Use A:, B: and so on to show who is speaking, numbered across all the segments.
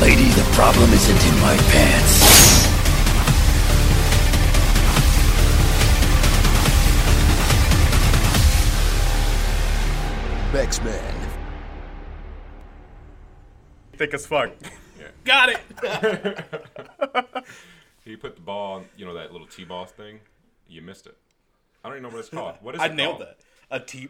A: lady, the problem isn't in my pants. X-Men.
B: Thick as fuck.
C: Got it.
D: You put the ball, you know that little t-ball thing. You missed it. I don't even know what it's called. What is
C: I
D: it
C: nailed
D: called?
C: that. A T.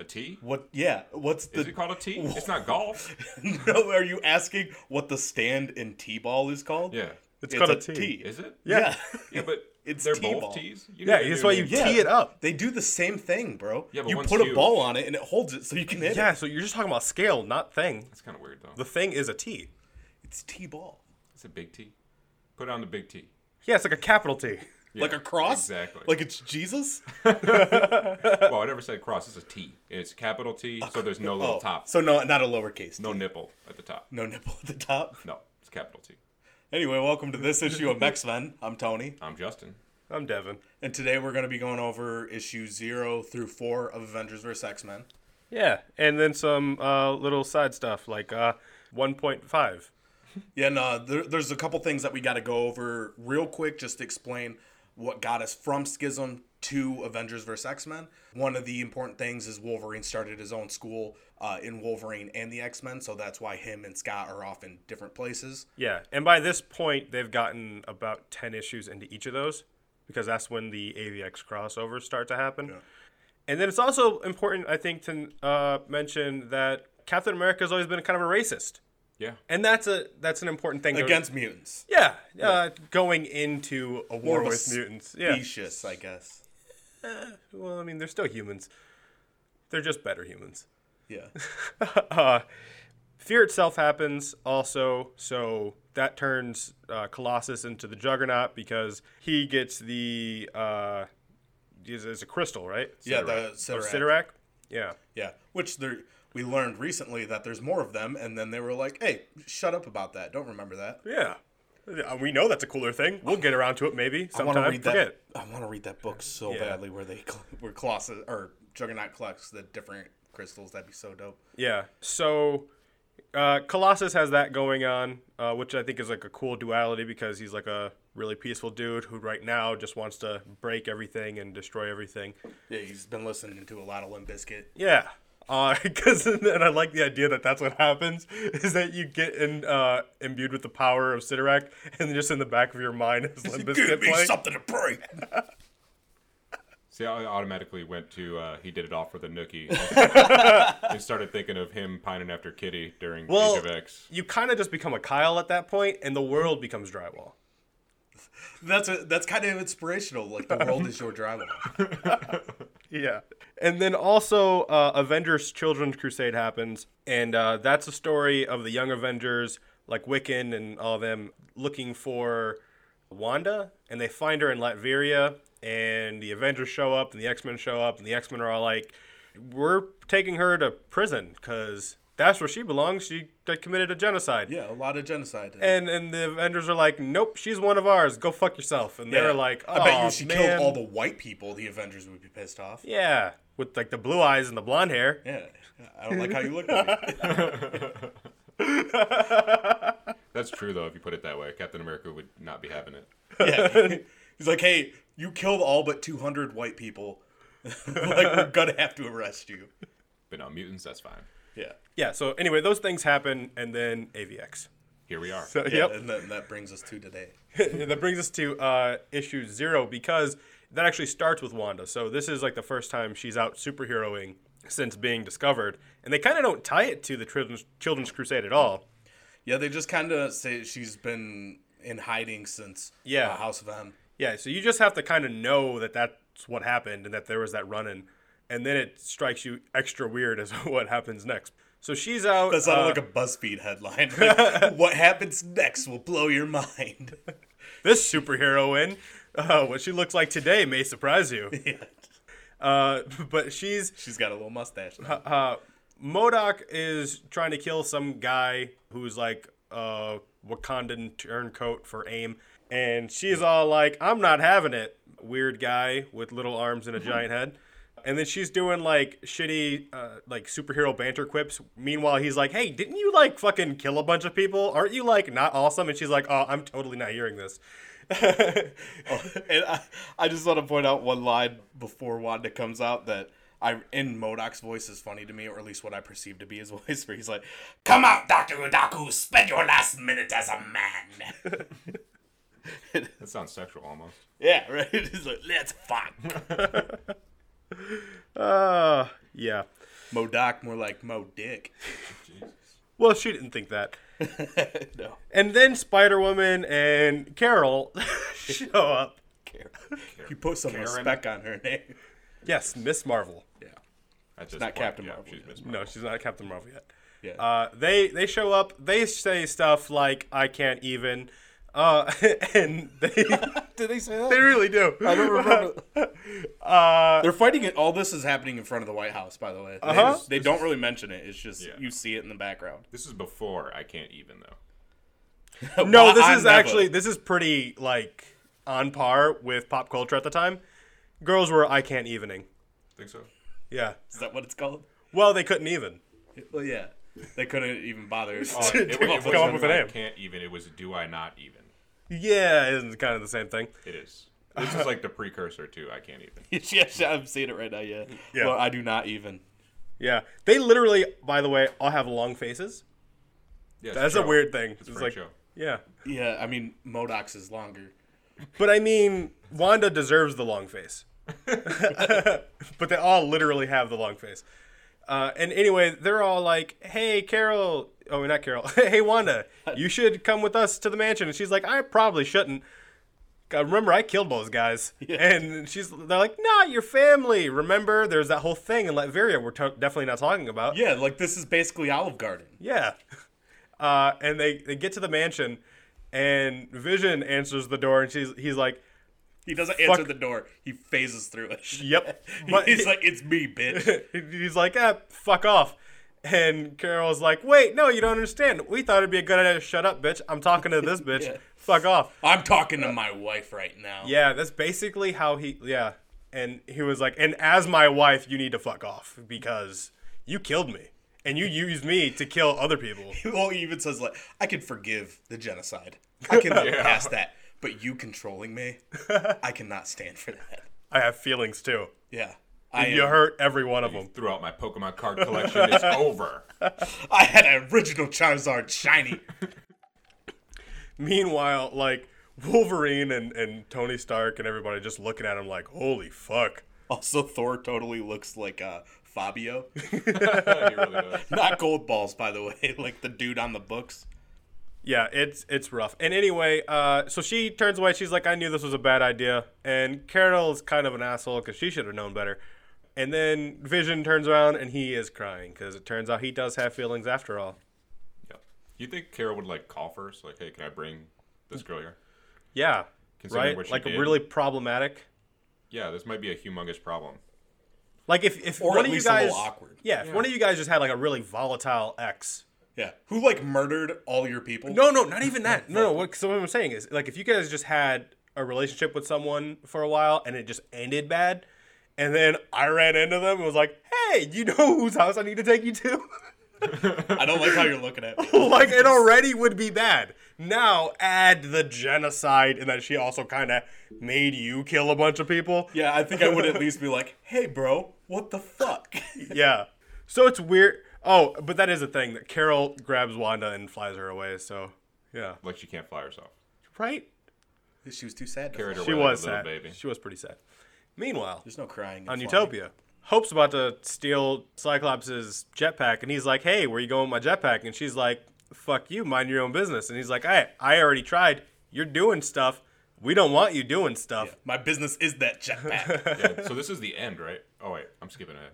D: A tee?
C: What? Yeah. What's the?
D: Is it called a tee? It's not golf.
C: no. Are you asking what the stand in T-ball is called?
D: Yeah.
C: It's,
B: called
C: a
B: a tee.
C: tee.
D: Is it?
C: Yeah.
D: Yeah, but
C: It's
D: they're
C: t-ball.
D: both tees. You
B: Yeah,
D: need to
B: that's
D: do
B: why
D: the-
B: you tee it up.
C: They do the same thing, bro.
D: Yeah, but
C: you
D: one's
C: put a
D: huge.
C: ball on it and it holds it so you can hit
B: Yeah,
C: it.
B: so you're just talking about scale, not thing.
D: That's kind of weird though.
B: The thing is a T.
C: It's T-ball.
D: It's a big tee. Put on the big tee.
B: Yeah, it's like a capital T.
C: like a cross?
D: exactly.
C: Like it's Jesus?
D: Well, I never said cross. It's a T. It's a capital T. So there's no little
C: Uh, Oh,
D: top.
C: So no, not a lowercase.
D: No
C: T.
D: nipple at the top.
C: no nipple at the top.
D: No, it's capital T.
C: Anyway, welcome to this issue of Mexven. I'm Tony,
D: I'm Justin.
B: I'm Devin.
C: and today we're going to be going over issue zero through four of Avengers vs X Men.
B: Yeah, and then some uh, little side stuff like uh, 1.5.
C: Yeah, no, there, there's a couple things that we got to go over real quick just to explain what got us from Schism to Avengers vs. X Men. One of the important things is Wolverine started his own school uh, in Wolverine and the X Men, so that's why him and Scott are off in different places.
B: Yeah, and by this point, they've gotten about 10 issues into each of those because that's when the AVX crossovers start to happen. And then it's also important, I think, to uh, mention that Captain America has always been kind of a racist.
D: Yeah.
B: And that's a that's an important thing to-
C: Against mutants.
B: yeah, uh, going into a war
C: of a
B: with mutants. Yeah,
C: Specious, I guess.
B: well, I mean, they're still humans. They're just better humans.
C: Yeah.
B: uh, fear itself happens also, so that turns uh, Colossus into the Juggernaut because he gets the uh, is, is a crystal, right?
C: Yeah, the
B: Or
C: Sidorak.
B: Sidorak. Yeah,
C: Yeah, which there we learned recently that there's more of them, and then they were like, "Hey, shut up about that. Don't remember that."
B: yeah. Uh, We know that's a cooler thing. We'll get around to it maybe
C: I want to
B: sometime.
C: read
B: Forget.
C: that. I want to read that book so
B: Yeah.
C: badly, where they cl- where Colossus or Juggernaut collects the different crystals. That'd be so dope.
B: Yeah. So uh, Colossus has that going on, uh, which I think is like a cool duality because he's like a really peaceful dude who right now just wants to break everything and destroy everything.
C: Yeah, he's been listening to a lot of Limp Biscuit.
B: Yeah. Because and I like the idea that that's what happens is that you get in, uh, imbued with the power of Sidorak, and just in the back of your mind is Limp Bizkit playing.
C: to break.
D: See, I automatically went to uh, he did it all for the nookie and started thinking of him pining after Kitty during
B: Well,
D: Age of X.
B: you kind of just become a Kyle at that point, and the world becomes drywall.
C: that's a, that's kind of inspirational. Like the world is your drywall.
B: Yeah. And then also, uh, Avengers Children's Crusade happens, and uh, that's a story of the young Avengers, like Wiccan and all them, looking for Wanda, and they find her in Latveria, and the Avengers show up, and the X Men show up, and the X Men are all like, we're taking her to prison because that's where she belongs. She like, committed a genocide.
C: Yeah, a lot of genocide.
B: And, and the Avengers are like, nope, she's one of ours. Go fuck yourself. And
C: Yeah.
B: they're like, oh,
C: I bet you if she
B: man.
C: killed all the white people, the Avengers would be pissed off.
B: Yeah, with like the blue eyes and the blonde hair.
C: Yeah, I don't like how you look. at me.
D: That's true though. If you put it that way, Captain America would not be having it.
C: Yeah. He's like, hey, you killed all but 200 white people. like, we're going to have to arrest you.
D: But no, mutants. That's fine.
C: Yeah.
B: Yeah, so anyway, those things happen and then AVX.
D: Here we are.
B: So,
C: yeah
B: yep.
C: And then that brings us to today.
B: that brings us to uh, issue zero because that actually starts with Wanda. So this is like the first time she's out superheroing since being discovered. And they kind of don't tie it to the Children's, Children's Crusade at all.
C: Yeah, they just kind of say she's been in hiding since
B: Yeah.
C: uh, House of M.
B: Yeah, so you just have to kind of know that that's what happened and that there was that run in. And then it strikes you extra weird as what happens next. So she's out.
C: That sounded
B: uh,
C: like a BuzzFeed headline. Like, what happens next will blow your mind.
B: this superheroine, uh, what she looks like today may surprise you.
C: yeah.
B: Uh, but she's
C: She's got a little mustache. now.
B: uh, Modoc is trying to kill some guy who's like a Wakandan turncoat for aim, and she's all like, "I'm not having it." Weird guy with little arms and a giant head. And then she's doing like shitty, uh, like superhero banter quips. Meanwhile, he's like, "Hey, didn't you like fucking kill a bunch of people? Aren't you like not awesome?" And she's like, "Oh, I'm totally not hearing this."
C: Oh, and I, I just want to point out one line before Wanda comes out that I in Modoc's voice is funny to me, or at least what I perceive to be his voice, where he's like, "Come out, Doctor Udaku, spend your last minute as a man."
D: That sounds sexual almost.
C: yeah, right. He's like, "Let's fuck."
B: Uh, yeah.
C: Modoc, more like Mo Dick.
B: Well, she didn't think that.
C: No,
B: And then Spider Woman and Carol show up.
C: Karen. You put some
D: Karen?
C: respect on her name.
B: Yes, Miss Marvel.
D: At this
C: not
D: point,
C: Captain
D: yeah,
C: Marvel
D: she's
C: yet.
D: Miss Marvel.
B: No, she's not Captain Marvel yet.
C: Yeah.
B: Uh, they they show up. They say stuff like "I can't even," uh, and they
C: Did they say that?
B: they really do.
C: I don't remember. They're fighting it. All this is happening in front of the White House, by the way. They,
B: Uh-huh.
C: just- they don't really mention it. It's just
D: Yeah.
C: you see it in the background.
D: This is before I can't even though.
B: No, this
C: I
B: is
C: never-
B: actually this is pretty like on par with pop culture at the time. Girls were "I can't evening."
D: Think so?
B: Yeah.
C: Is that what it's called?
B: Well, they couldn't even.
C: Well, yeah. They couldn't even bother.
D: It, it,
B: Come up- come
D: it
B: up
D: wasn't
B: with a
D: I
B: name.
D: can't even. It was do I not even.
B: Yeah, it's kind of the same thing.
D: It is. This is like the precursor to I can't even.
C: yes, I'm seeing it right now. Yeah.
B: Yeah.
C: Well, I do not even.
B: Yeah, they literally, by the way, all have long faces.
D: Yeah,
B: That's a weird thing. It's,
D: It's, Frank
B: like,
D: Cho.
B: yeah,
C: Yeah, I mean, Modoc's is longer.
B: but I mean, Wanda deserves the long face. but they all literally have the long face. Uh, and anyway, they're all like, "Hey, Carol, oh, not Carol. hey, Wanda, you should come with us to the mansion." And she's like, "I probably shouldn't." God, remember, I killed those guys. And she's, they're like, "Nah, your family." Remember, there's that whole thing in Latveria we're to definitely not talking about.
C: Yeah, like this is basically Olive Garden.
B: Yeah. Uh, and they, they get to the mansion, and Vision answers the door, and she's, he's like,
C: He doesn't answer
B: Fuck.
C: the door. He phases through it.
B: yep. But
C: he's like, "It's me, bitch."
B: he's like, ah, fuck off. And Carol's like, wait, no, you don't understand. We thought it'd be a good idea to shut up, bitch. I'm talking to this bitch.
C: Yeah.
B: Fuck off.
C: I'm talking to my wife right now.
B: Yeah, that's basically how he, yeah. And he was like, and as my wife, you need to fuck off because you killed me. And you used me to kill other people.
C: Well, he even says like, "I can forgive the genocide. I can look past that." But you controlling me, I cannot stand for that.
B: I have feelings too.
C: Yeah, I
B: You
C: am-
B: hurt every one of them.
D: Threw out my Pokemon card collection. It's over.
C: I had an original Charizard shiny.
B: Meanwhile, like Wolverine and, and Tony Stark and everybody just looking at him like, holy fuck.
C: Also, Thor totally looks like uh, Fabio.
D: He really does.
C: Not gold balls, by the way, like the dude on the books.
B: Yeah, it's it's rough. And anyway, uh, so she turns away. She's like, "I knew this was a bad idea." And Carol's kind of an asshole because she should have known better. And then Vision turns around and he is crying because it turns out he does have feelings after all.
D: Yep. You think Carol would like call first? Like, hey, can I bring this girl here?
B: Yeah,
D: Considering
B: right.
D: what she
B: Like
D: did.
B: really problematic.
D: Yeah, this might be a humongous problem.
B: Like if if
C: Or
B: one
C: at
B: of
C: least a
B: you guys,
C: little awkward.
B: Yeah, if one of you guys just had like a really volatile ex.
C: Yeah, who like murdered all your people?
B: No, no, not even that. No, no. What, so what I'm saying is, like, if you guys just had a relationship with someone for a while and it just ended bad, and then I ran into them and was like, "Hey, you know whose house I need to take you to?"
C: I don't like how you're looking at me.
B: like, it already would be bad. Now add the genocide and that she also kind of made you kill a bunch of people.
C: Yeah, I think I would at least be like, "Hey, bro, what the fuck?"
B: yeah. So it's weird. Oh, but that is a thing that Carol grabs Wanda and flies her away. So, yeah,
D: Like, she can't fly herself.
B: right.
C: she was too sad. To
D: Carried her
B: She
D: away
B: was
D: like a
B: sad.
D: little baby.
B: She was pretty sad. Meanwhile,
C: There's no crying in
B: on
C: flying.
B: Utopia. Hope's about to steal Cyclops' jetpack, and he's like, "Hey, where you going with my jetpack?" And she's like, "Fuck you, mind your own business." And he's like, "Hey, I already tried. You're doing stuff. We don't want you doing stuff."
C: My business is that jetpack.
D: Yeah, so this is the end, right? Oh wait, I'm skipping ahead.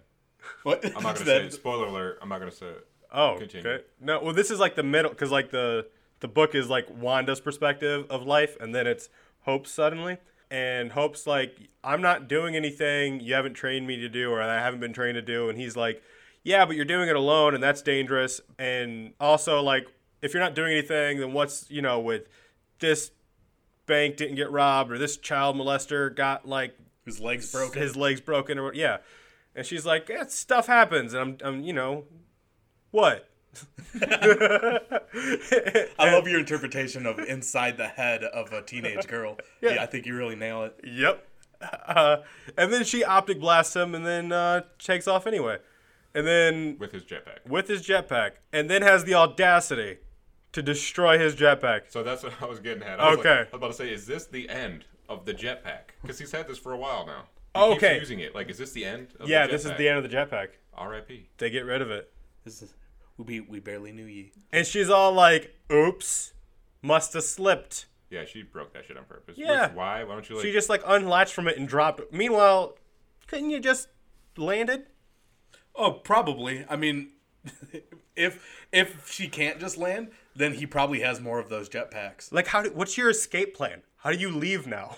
C: what?
D: I'm not gonna say it. Spoiler alert. I'm not gonna say it.
B: Oh,
D: Continue.
B: okay. No, well, this is like the middle, because like the the book is like Wanda's perspective of life, and then it's Hope suddenly, and Hope's like, "I'm not doing anything you haven't trained me to do, or I haven't been trained to do," and he's like, "Yeah, but you're doing it alone, and that's dangerous, and also like, if you're not doing anything, then what's you know with this bank didn't get robbed, or this child molester got like
C: His legs broken.
B: his legs broken, or what- yeah." And she's like, yeah, stuff happens. And I'm, I'm you know, what?
C: I love your interpretation of inside the head of a teenage girl. yeah, I think you really nail it.
B: Yep. Uh, and then she optic blasts him and then uh, takes off anyway. And then
D: with his jetpack.
B: with his jetpack, and then has the audacity to destroy his jetpack.
D: So that's what I was getting at. I was like-
B: Okay.
D: I was about to say, is this the end of the jetpack? Because he's had this for a while now. He
B: Okay.
D: Keeps using it. Like, is this the end? Of
B: Yeah,
D: the
B: this is
D: jetpack?
B: the end of the jetpack.
D: R.I.P.
B: They get rid of it.
C: This is, we, we barely knew ye.
B: And she's all like, oops, must have slipped.
D: Yeah, she broke that shit on purpose.
B: Yeah.
D: Which- why? Why don't you like?
B: She just like unlatched from it and dropped. it. Meanwhile, couldn't you just landed?
C: Oh, probably. I mean, if if she can't just land, then he probably has more of those jetpacks.
B: Like, how? Do, what's your escape plan? How do you leave now?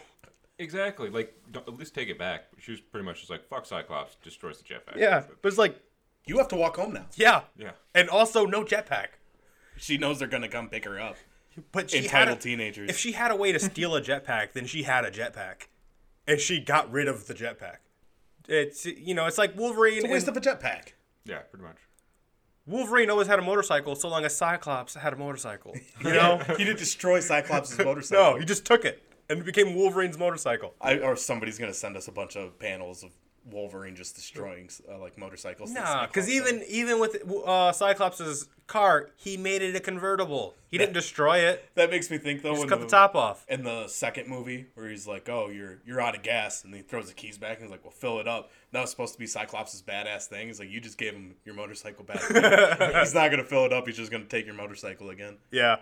D: exactly. Like, don't, at least take it back. She was pretty much just like, fuck Cyclops, destroys the jetpack.
B: Yeah, but it's like,
C: You have to walk home now.
B: yeah,
D: Yeah.
B: and also no jetpack.
C: She knows they're gonna come pick her up.
B: But she had
C: Entitled
B: a,
C: teenagers.
B: If she had a way to steal a jetpack, then she had a jetpack, and she got rid of the jetpack. It's you know, it's like Wolverine.
C: It's a waste
B: and-
C: of a jetpack.
D: Yeah, pretty much.
B: Wolverine always had a motorcycle, so long as Cyclops had a motorcycle. You know?
C: He didn't destroy Cyclops' motorcycle.
B: no, he just took it and it became Wolverine's motorcycle.
C: I, or somebody's gonna send us a bunch of panels of Wolverine just destroying uh, like motorcycles. that
B: Nah, because
C: Cyclops
B: Ah, even even with uh, Cyclops's car, he made it a convertible. He didn't destroy it.
C: had. that makes me think though.
B: Just
C: in
B: cut the top off.
C: in the second movie where he's like, "Oh, you're you're out of gas," and he throws the keys back and he's like, "Well, fill it up." That was supposed to be Cyclops' badass thing. He's like, "You just gave him your motorcycle back." he's not gonna fill it up. He's just gonna take your motorcycle again.
B: Yeah.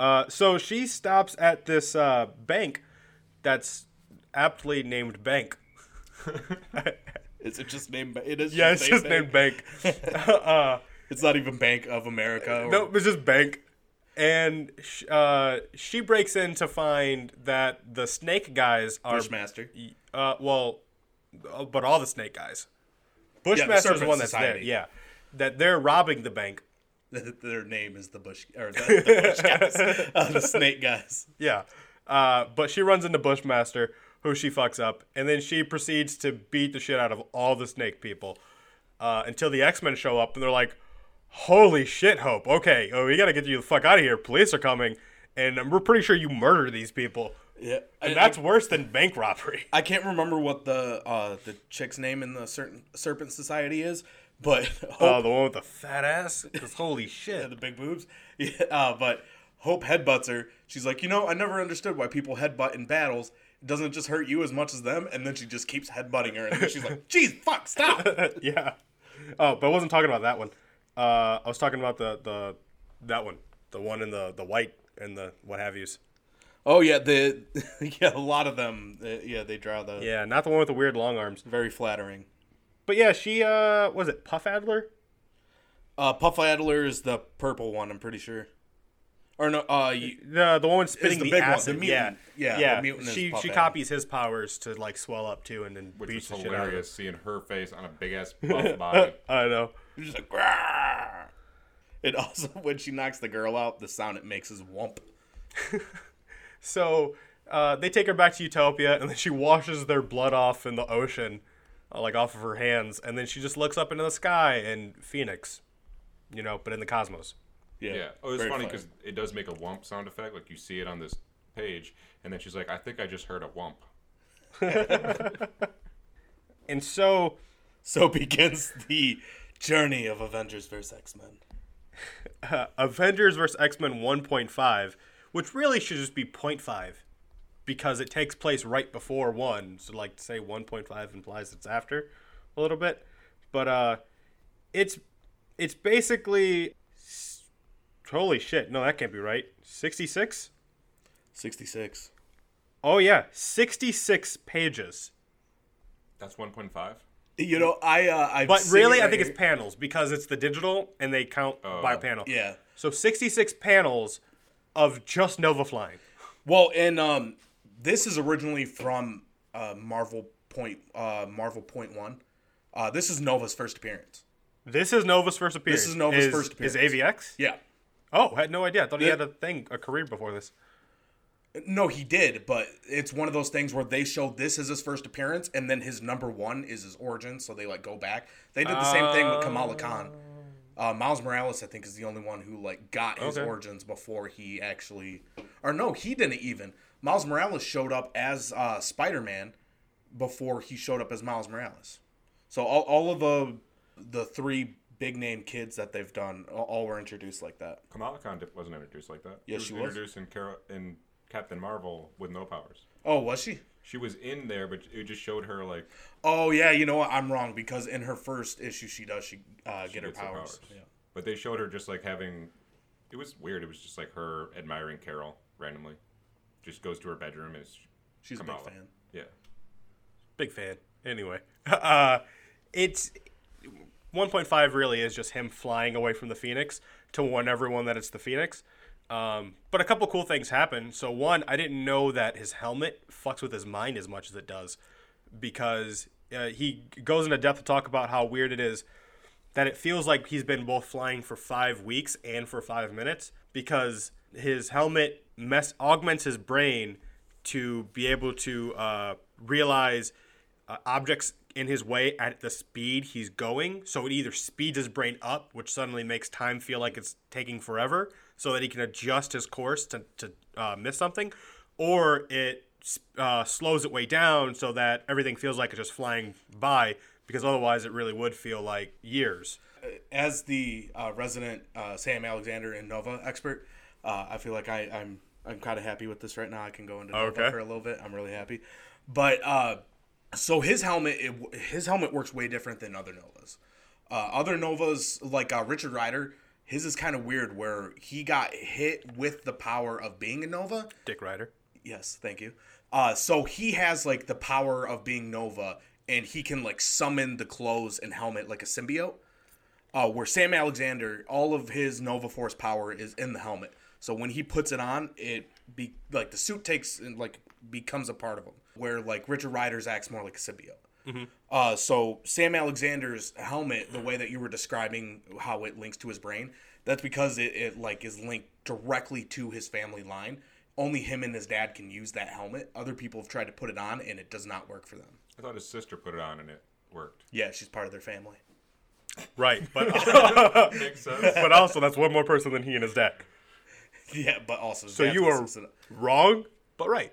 B: Uh, so she stops at this uh, bank that's aptly named Bank.
C: Is it just named? It is.
B: Yeah, it's just named Bank.
C: It's not even Bank of America. Or,
B: No, it's just Bank. And sh- uh, she breaks in to find that the snake guys are
C: Bushmaster.
B: uh, well, uh, but all the snake guys.
C: the
B: Bushmaster's the
C: Serpent
B: one that's there.
C: Society.
B: Yeah, that they're robbing the bank.
C: Their name is the Bush or the, the Bush guys, uh, the Snake guys.
B: Yeah, uh, but she runs into Bushmaster, who she fucks up, and then she proceeds to beat the shit out of all the snake people uh, until the X Men show up and they're like, "Holy shit, Hope! Okay, oh, we gotta get you the fuck out of here. Police are coming, and we're pretty sure you murdered these people."
C: Yeah,
B: And that's worse than bank robbery.
C: I can't remember what the uh, the chick's name in the certain Serpent Society is, but
B: Oh, the one with the fat ass. 'Cause holy shit.
C: the big boobs. Yeah, uh, but Hope headbutts her. She's like, you know, I never understood why people headbutt in battles. It doesn't just hurt you as much as them. And then she just keeps headbutting her. And then she's like, geez, fuck, stop.
B: yeah. Oh, but I wasn't talking about that one. Uh, I was talking about the, the that one, the one in the the white and the what have yous.
C: oh yeah, the yeah, a lot of them. uh, yeah, they draw the
B: Yeah, not the one with the weird long arms.
C: very flattering.
B: But yeah, she uh, was it Puff Adler?
C: Uh, Puff Adler is the purple one. I'm pretty sure. Or no, uh, you,
B: The the one with spitting
C: the
B: the,
C: big one,
B: acid.
C: the mutant.
B: Yeah,
C: Yeah,
B: yeah.
C: the mutant is
B: she
C: Puff
B: she
C: Adler.
B: copies his powers to like swell up too, and then
D: Which
B: beats
D: is
B: the shit out of him.
D: hilarious, seeing her face on a big ass buff body.
B: I know.
C: you're just like. "Grrr." And also, when she knocks the girl out, the sound it makes is whump.
B: So uh, they take her back to Utopia, and then she washes their blood off in the ocean, uh, like off of her hands, and then she just looks up into the sky and Phoenix, you know, but in the cosmos.
C: Yeah.
D: Yeah. Oh, it's
C: very
D: funny
C: flattering.
D: because it does make a wump sound effect. Like you see it on this page, and then she's like, "I think I just heard a wump."
B: And so
C: So begins the journey of Avengers vs. X Men.
B: Avengers vs. X Men 1.5, which really should just be 0.5 because it takes place right before 1. So, like, say 1.5 implies it's after a little bit. But, uh, it's, it's basically. s- Holy shit. No, that can't be right. 66?
C: 66.
B: Oh, yeah. 66 pages.
D: That's 1.5.
C: You know, I uh, I've
B: But
C: seen
B: really,
C: it
B: I
C: right
B: think
C: here. Oh,
B: it's panels because it's the digital and they count by panel.
C: yeah.
B: So, 66 panels of just Nova flying.
C: Well, and um, this is originally from uh Marvel point uh Marvel point one. Uh, this is Nova's first appearance.
B: This is Nova's first appearance.
C: is Nova's first
B: Is
C: appearance.
B: AVX?
C: Yeah.
B: Oh, I had no idea. I thought he
C: Yeah.
B: had a thing, a career before this.
C: No, he did, but it's one of those things where they show this is his first appearance, and then his number one is his origin, so they like go back. They did the same thing with Kamala Khan. Uh, Miles Morales, I think, is the only one who like got his
B: Okay.
C: origins before he actually, or no, he didn't even. Miles Morales showed up as uh, Spider Man before he showed up as Miles Morales. So all, all of the the three big name kids that they've done all- all were introduced like that.
D: Kamala Khan di- wasn't introduced like that.
C: Yes, she was.
D: introduced in, Carol- in Captain Marvel with no powers.
C: Oh, was she?
D: She was in there, but it just showed her like
C: Oh yeah, you know what? I'm wrong because in her first issue, she does she uh, get her
D: gets her
C: powers.
D: powers. But they showed her just like having. It was weird. It was just like her admiring Carol randomly. Just goes to her bedroom and it's
C: She's a
D: Kamala.
C: big fan.
D: Yeah.
B: Big fan. Anyway, uh, it's 1.5 really is just him flying away from the Phoenix to warn everyone that it's the Phoenix. Um, but a couple cool things happen. So one, I didn't know that his helmet fucks with his mind as much as it does, because uh, he goes into depth to talk about how weird it is that it feels like he's been both flying for five weeks and for five minutes because his helmet mess augments his brain to be able to uh, realize uh, objects in his way at the speed he's going. So it either speeds his brain up, which suddenly makes time feel like it's taking forever, so that he can adjust his course to, to uh, miss something, or it uh, slows it way down so that everything feels like it's just flying by because otherwise it really would feel like years.
C: As the uh, resident uh, Sam Alexander and Nova expert, uh, I feel like I, I'm I'm kind of happy with this right now. I can go into Nova
B: Okay.
C: for a little bit. I'm really happy, but uh, so his helmet it, w- his helmet works way different than other Novas. Uh, other Novas like uh, Richard Ryder, his is kind of weird where he got hit with the power of being a Nova.
B: Dick Rider.
C: Yes, thank you. Uh, so he has like the power of being Nova, and he can like summon the clothes and helmet like a symbiote. Uh, where Sam Alexander, all of his Nova Force power is in the helmet. So when he puts it on, it be like the suit takes and like becomes a part of him. Where like Richard Ryder's acts more like a symbiote. Uh, so Sam Alexander's helmet, the way that you were describing how it links to his brain, that's because it, it like is linked directly to his family line. Only him and his dad can use that helmet. Other people have tried to put it on, and it does not work for them.
D: I thought his sister put it on and it worked.
C: Yeah, she's part of their family.
B: Right, but uh,
D: Makes sense.
B: but also that's one more person than he and his dad.
C: Yeah, but also his
B: So
C: dad's
B: you are
C: assistant.
B: wrong, but right,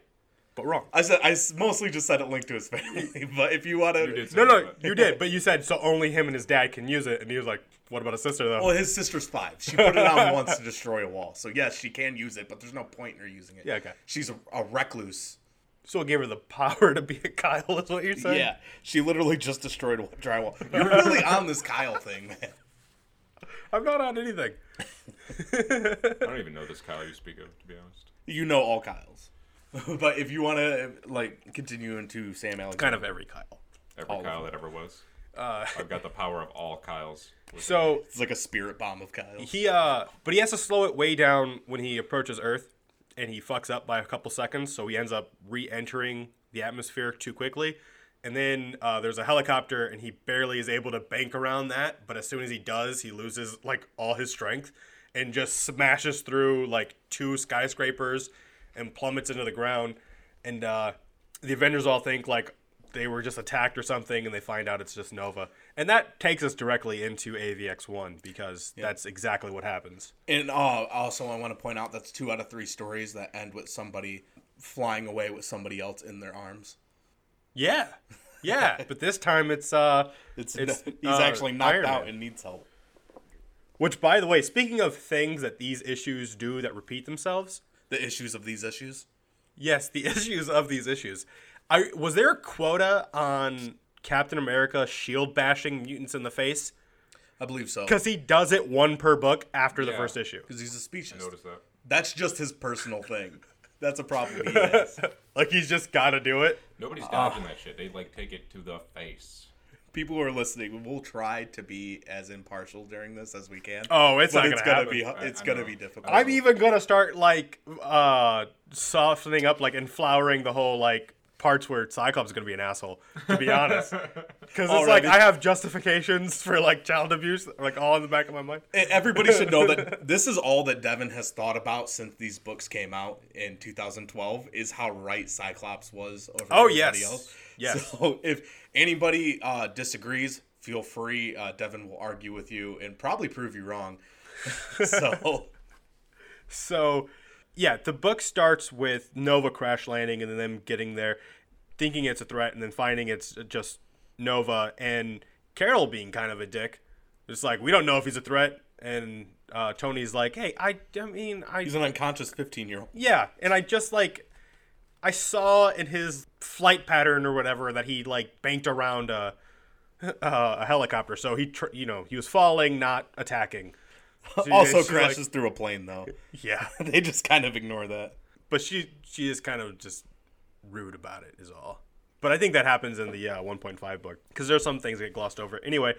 B: but wrong.
C: I said I s- mostly just said it linked to his family, but if you want
D: You
C: to,
D: did say
B: No,
D: that,
B: no,
D: but-
B: you did, but you said so only him and his dad can use it, and he was like, "What about his sister though?"
C: well, his sister's five. She put it on once to destroy a wall. So yes, she can use it, but there's no point in her using it.
B: Yeah, okay.
C: She's a, a recluse.
B: so it gave her the power to be a Kyle, is what you're saying?
C: Yeah, she literally just destroyed a drywall. You're really on this Kyle thing, man.
B: I'm not on anything.
D: I don't even know this Kyle you speak of, to be honest.
C: You know all Kyles. but if you want to like continue into Sam Alexander,
B: Kind of every Kyle.
D: Every
C: All of
D: Kyle that ever was. I've got the power of all Kyles. with me.
B: So
C: it's like a spirit bomb of Kyles.
B: He uh but he has to slow it way down when he approaches Earth and he fucks up by a couple seconds, so he ends up re-entering the atmosphere too quickly. And then uh, there's a helicopter and he barely is able to bank around that, but as soon as he does, he loses like all his strength and just smashes through like two skyscrapers and plummets into the ground. And uh, the Avengers all think like they were just attacked or something, and they find out it's just Nova. And that takes us directly into AVX One because that's exactly what happens.
C: and uh, also, I want to point out that's two out of three stories that end with somebody flying away with somebody else in their arms.
B: Yeah, yeah. but this time it's uh,
C: It's,
B: It's,
C: he's
B: uh,
C: actually knocked
B: Iron
C: out
B: Man.
C: and needs help.
B: which by the way, speaking of things that these issues do that repeat themselves,
C: The issues of these issues.
B: yes, the issues of these issues. I was there a quota on Captain America shield bashing mutants in the face
C: I believe so.
B: because he does it one per book after the
D: Yeah.
B: first issue.
C: Because he's a specious.
D: Notice that.
C: That's just his personal thing. That's a problem he has.
B: Like he's just got to do it.
D: Nobody's dodging that shit. They like take it to the face.
C: people who are listening, we'll try to be as impartial during this as we can.
B: Oh, it's
C: but
B: not
C: it's
B: gonna
C: gonna
B: happen.
C: be
D: I-
C: it's
D: I
C: gonna
D: know.
C: be difficult.
B: I'm even gonna start like uh softening up like and flowering the whole like parts where Cyclops is gonna be an asshole. To be honest, because it's like
C: Alrighty.
B: I have justifications for like child abuse, like all in the back of my mind.
C: E- Everybody should know that this is all that Devin has thought about since these books came out in 2012 is how right Cyclops was over
B: Oh,
C: everybody
B: yes.
C: else.
B: Yes.
C: So if anybody uh, disagrees, feel free. Uh, Devin will argue with you and probably prove you wrong. so
B: So, yeah, the book starts with Nova crash landing and then them getting there, thinking it's a threat, and then finding it's just Nova and Carol being kind of a dick. It's like we don't know if he's a threat, and uh, Tony's like, "Hey, I, I mean, I
C: he's an unconscious 15 year old.
B: yeah, and I just like I saw in his flight pattern or whatever that he like banked around a uh, a helicopter, so he tr- you know he was falling, not attacking. So
C: Also
B: it's just like-
C: crashes through a plane though.
B: yeah,
C: they just kind of ignore that.
B: but she she is kind of just rude about it is all. But I think that happens in the uh, 1.5 book because there's some things that get glossed over. Anyway,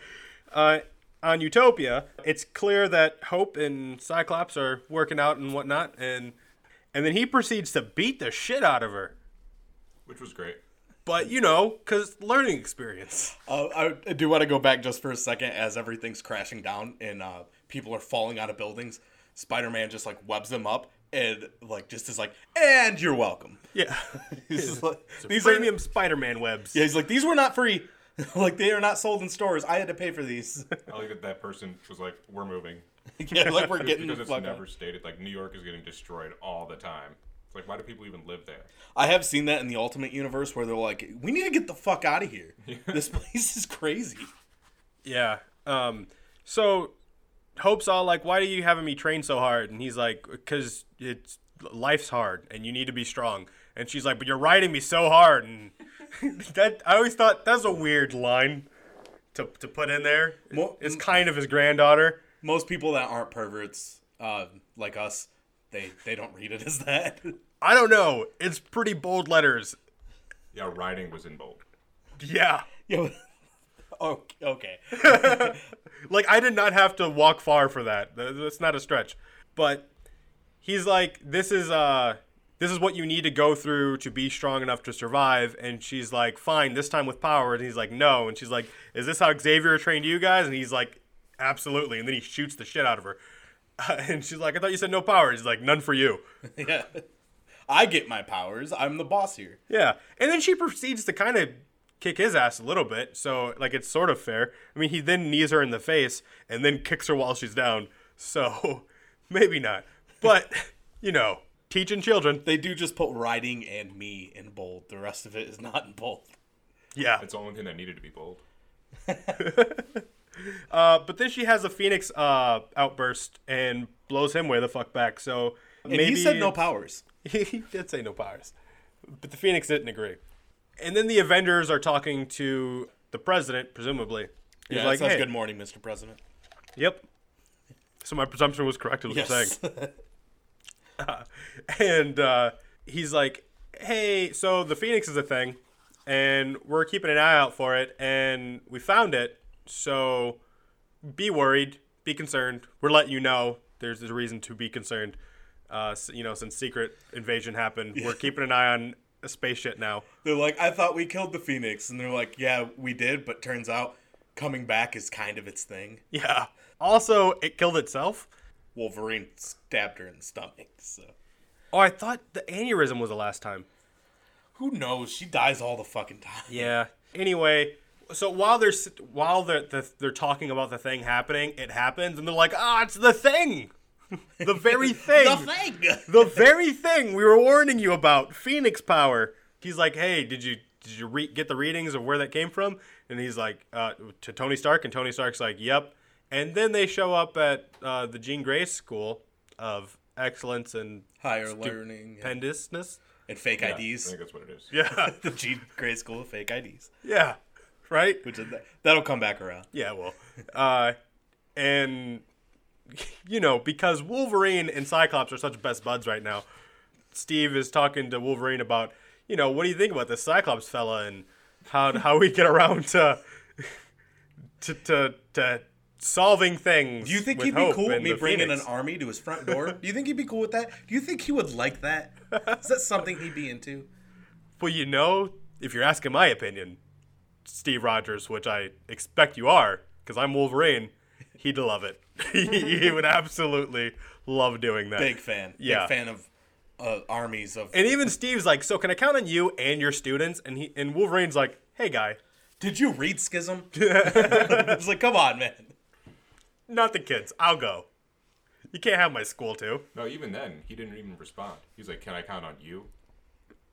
B: uh, on Utopia, it's clear that Hope and Cyclops are working out and whatnot, and and then he proceeds to beat the shit out of her.
D: which was great.
B: But you know, because learning experience.
C: Uh, I- I do want to go back just for a second as everything's crashing down and uh, people are falling out of buildings. Spider Man just like webs them up and like just is like, and you're welcome.
B: Yeah,
C: He's just like,
B: these
C: these are
B: premium Spider-Man webs.
C: yeah, he's like these were not free. like they are not sold in stores. I had to pay for these.
D: I like that that person was like, "We're moving."
C: yeah, like we're getting the
D: because it's
C: fuck
D: never
C: out.
D: stated. Like New York is getting destroyed all the time. It's like, why do people even live there?
C: I have seen that in the Ultimate Universe where they're like, we need to get the fuck out of here. this place is crazy.
B: Yeah. Um, so Hope's all like, "Why are you having me train so hard?" And he's like, "Cause it's life's hard, and you need to be strong." And she's like, "But you're riding me so hard." And that I always thought that's a weird line to to put in there.
C: Mo-
B: it's kind of his granddaughter.
C: Most people that aren't perverts uh, like us, they they don't read it as that.
B: I don't know. It's pretty bold letters.
D: Yeah, riding was in bold.
B: Yeah.
C: Yeah. But, okay.
B: Like I did not have to walk far for that. Th- That's not a stretch. But he's like, this is uh, this is what you need to go through to be strong enough to survive. And she's like, fine, this time with power. And he's like, no. And she's like, is this how Xavier trained you guys? And he's like, absolutely. And then he shoots the shit out of her. and she's like, I thought you said no power. He's like, none for you.
C: Yeah. I get my powers. I'm the boss here.
B: Yeah. And then she proceeds to kind of kick his ass a little bit. So, like, it's sort of fair. I mean, he then knees her in the face and then kicks her while she's down. So, maybe not. But, you know, teaching children.
C: They do just put riding and me in bold. The rest of it is not in bold.
B: Yeah.
D: It's the only thing that needed to be bold.
B: Uh, but then she has a Phoenix uh, outburst and blows him way the fuck back. So,
C: And
B: maybe.
C: he said no powers.
B: he did say no powers, but the Phoenix didn't agree. And then the Avengers are talking to the president, presumably. He's
C: Yeah,
B: like,
C: says
B: "Hey,
C: good morning, Mr. President.
B: Yep. So my presumption was correct, is what you're
C: Yes.
B: saying. And uh, he's like, hey, so the Phoenix is a thing, and we're keeping an eye out for it, and we found it. So be worried, be concerned. We're letting you know there's a reason to be concerned. Uh, s- you know, since secret invasion happened, we're keeping an eye on a space shit now.
C: they're like, I thought we killed the Phoenix. And they're like, yeah, we did. But turns out coming back is kind of its thing.
B: Yeah. Also, it killed itself.
C: Wolverine stabbed her in the stomach. So
B: Oh, I thought the aneurysm was the last time.
C: who knows? She dies all the fucking time.
B: Yeah. Anyway, so while they're s- while they're the, they're talking about the thing happening, it happens, and they're like, "Ah, it's the thing, the very thing,
C: The thing.
B: the very thing we were warning you about, Phoenix power." He's like, "Hey, did you did you re- get the readings of where that came from?" And he's like, uh, to Tony Stark, and Tony Stark's like, "Yep." And then they show up at uh, the Jean Grey School of Excellence and
C: Higher learning and,
B: Pendiousness.
C: and fake
D: Yeah, I
C: IDs.
D: think that's what it is.
B: Yeah,
C: the G grade school of fake IDs.
B: yeah, right.
C: Which is, that'll come back around.
B: Yeah, well, uh, and you know because Wolverine and Cyclops are such best buds right now. Steve is talking to Wolverine about you know what do you think about this Cyclops fella and how how we get around to to to, to solving things.
C: Do you think
B: with
C: he'd be
B: Hope
C: cool with
B: and
C: me
B: the
C: bringing
B: Phoenix.
C: an army to his front door? Do you think he'd be cool with that? Do you think he would like that? Is that something he'd be into?
B: Well, you know, if you're asking my opinion, Steve Rogers, which I expect you are, because I'm Wolverine, he'd love it. he he would absolutely love doing that.
C: Big fan.
B: Yeah.
C: Big fan of uh, armies of.
B: And even Steve's like, so can I count on you and your students? And he and Wolverine's like, hey guy,
C: Did you read Schism? it's like, come on, man.
B: not the kids. I'll go. You can't have my school too.
D: No, even then, he didn't even respond. He's like, "Can I count on you?"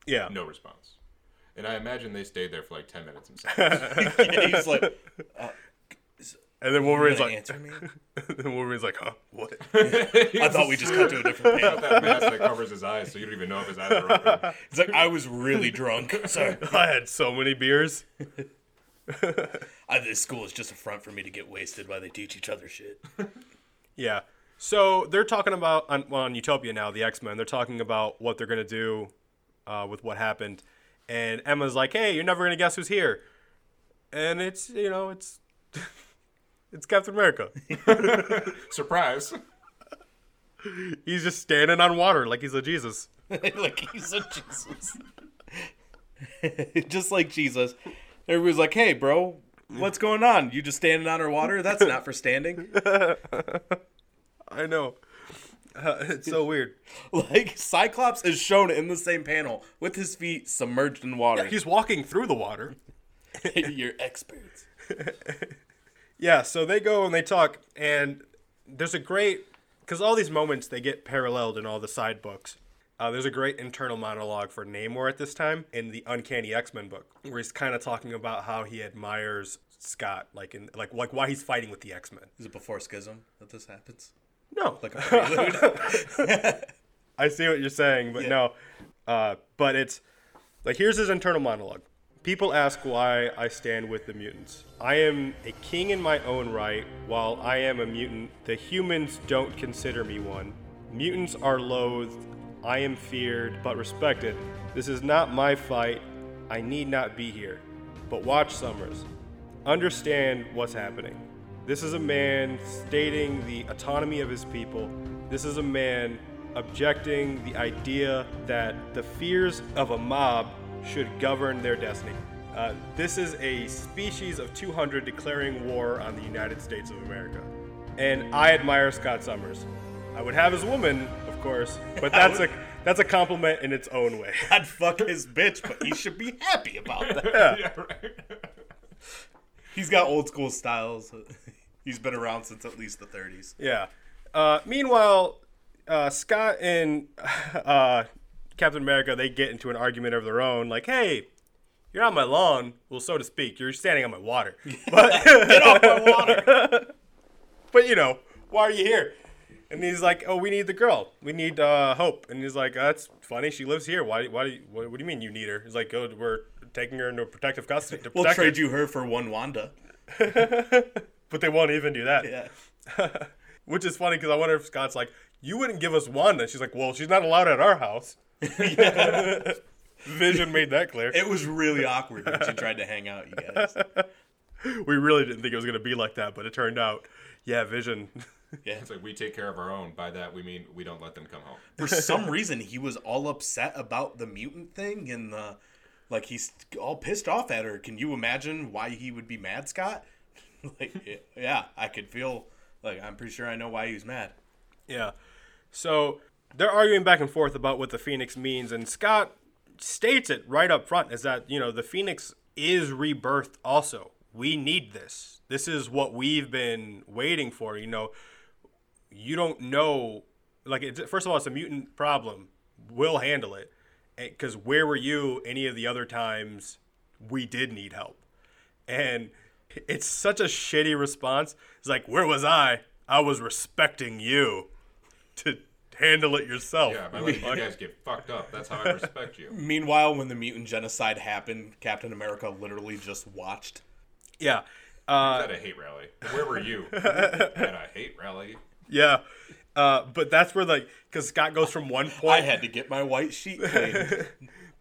B: Yeah.
D: No response. And I imagine they stayed there for like ten minutes themselves.
C: And he's like,
B: And then Wolverine's
C: "Gonna
B: like,
C: answer me?
B: then Wolverine's like, huh, what?
C: I thought we just cut to a different panel.
D: that mask that covers his eyes, so you don't even know if his eyes are open.
C: It's like I was really drunk. Sorry,
B: I had so many beers.
C: I, this school is just a front for me to get wasted while they teach each other shit.
B: Yeah. So they're talking about on, well, on Utopia now, the X Men. They're talking about what they're gonna do uh, with what happened, and Emma's like, "Hey, you're never gonna guess who's here," and it's you know it's it's Captain America.
D: Surprise!
B: he's just standing on water like he's a Jesus.
C: like he's a Jesus. just like Jesus, everybody's like, "Hey, bro, what's going on? You just standing on our water? That's not for standing."
B: I know. Uh, it's so weird.
C: like Cyclops is shown in the same panel with his feet submerged in water.
B: He's walking through the water.
C: You're experts.
B: Yeah, so they go and they talk, and there's a great because all these moments they get paralleled in all the side books. Uh, there's a great internal monologue for Namor at this time in the Uncanny X Men book, where he's kind of talking about how he admires Scott, like in like like why he's fighting with the X Men.
C: Is it before Schism that this happens?
B: No,
C: Like a prelude?
B: I see what you're saying, but no. Uh, but it's like here's his internal monologue. People ask why I stand with the mutants. I am a king in my own right. While I am a mutant, the humans don't consider me one. Mutants are loathed. I am feared, but respected. This is not my fight. I need not be here. But watch Summers. Understand what's happening. This is a man stating the autonomy of his people. This is a man objecting the idea that the fears of a mob should govern their destiny. Uh, this is a species of 200 declaring war on the United States of America. And I admire Scott Summers. I would have his woman, of course, but that's a that's a compliment in its own way.
C: I'd fuck his bitch, but he should be happy about that.
D: yeah, right.
C: He's got old school styles. He's been around since at least the 30s.
B: Yeah. Uh, meanwhile, uh, Scott and uh, Captain America they get into an argument of their own, like, "Hey, you're on my lawn, well, so to speak. You're standing on my water, but
C: Off my water.
B: but you know, why are you here?" And he's like, "Oh, we need the girl. We need uh, Hope." And he's like, "That's funny. She lives here. Why? Why? Do you, what, what do you mean you need her?" He's like, "Oh, we're taking her into protective custody. To
C: We'll
B: protect her."
C: trade you her for one Wanda.
B: But they won't even do that.
C: Yeah.
B: Which is funny because I wonder if Scott's like, you wouldn't give us Wanda. She's like, well, she's not allowed at our house. Vision made that clear.
C: It was really awkward when she tried to hang out, you guys.
B: We really didn't think it was going to be like that, but it turned out, yeah, Vision.
D: It's like we take care of our own. By that we mean we don't let them come home.
C: For some reason, he was all upset about the mutant thing and the. Like, he's all pissed off at her. Can you imagine why he would be mad, Scott? like, yeah, I could feel. Like, I'm pretty sure I know why he was mad.
B: yeah. So they're arguing back and forth about what the Phoenix means, and Scott states it right up front is that, you know, the Phoenix is rebirthed also. We need this. This is what we've been waiting for, you know. you don't know like it's, first of all it's a mutant problem we'll handle it because where were you any of the other times we did need help and it's such a shitty response it's like where was i i was respecting you to handle it yourself
D: Yeah, by letting you guys get fucked up. That's how I respect you.
C: Meanwhile, when the mutant genocide happened, Captain America literally just watched.
B: yeah uh,
D: At a hate rally. Where were you? At a hate rally.
B: yeah uh, but that's where like because scott goes from one point
C: I had to get my white sheet cleaned.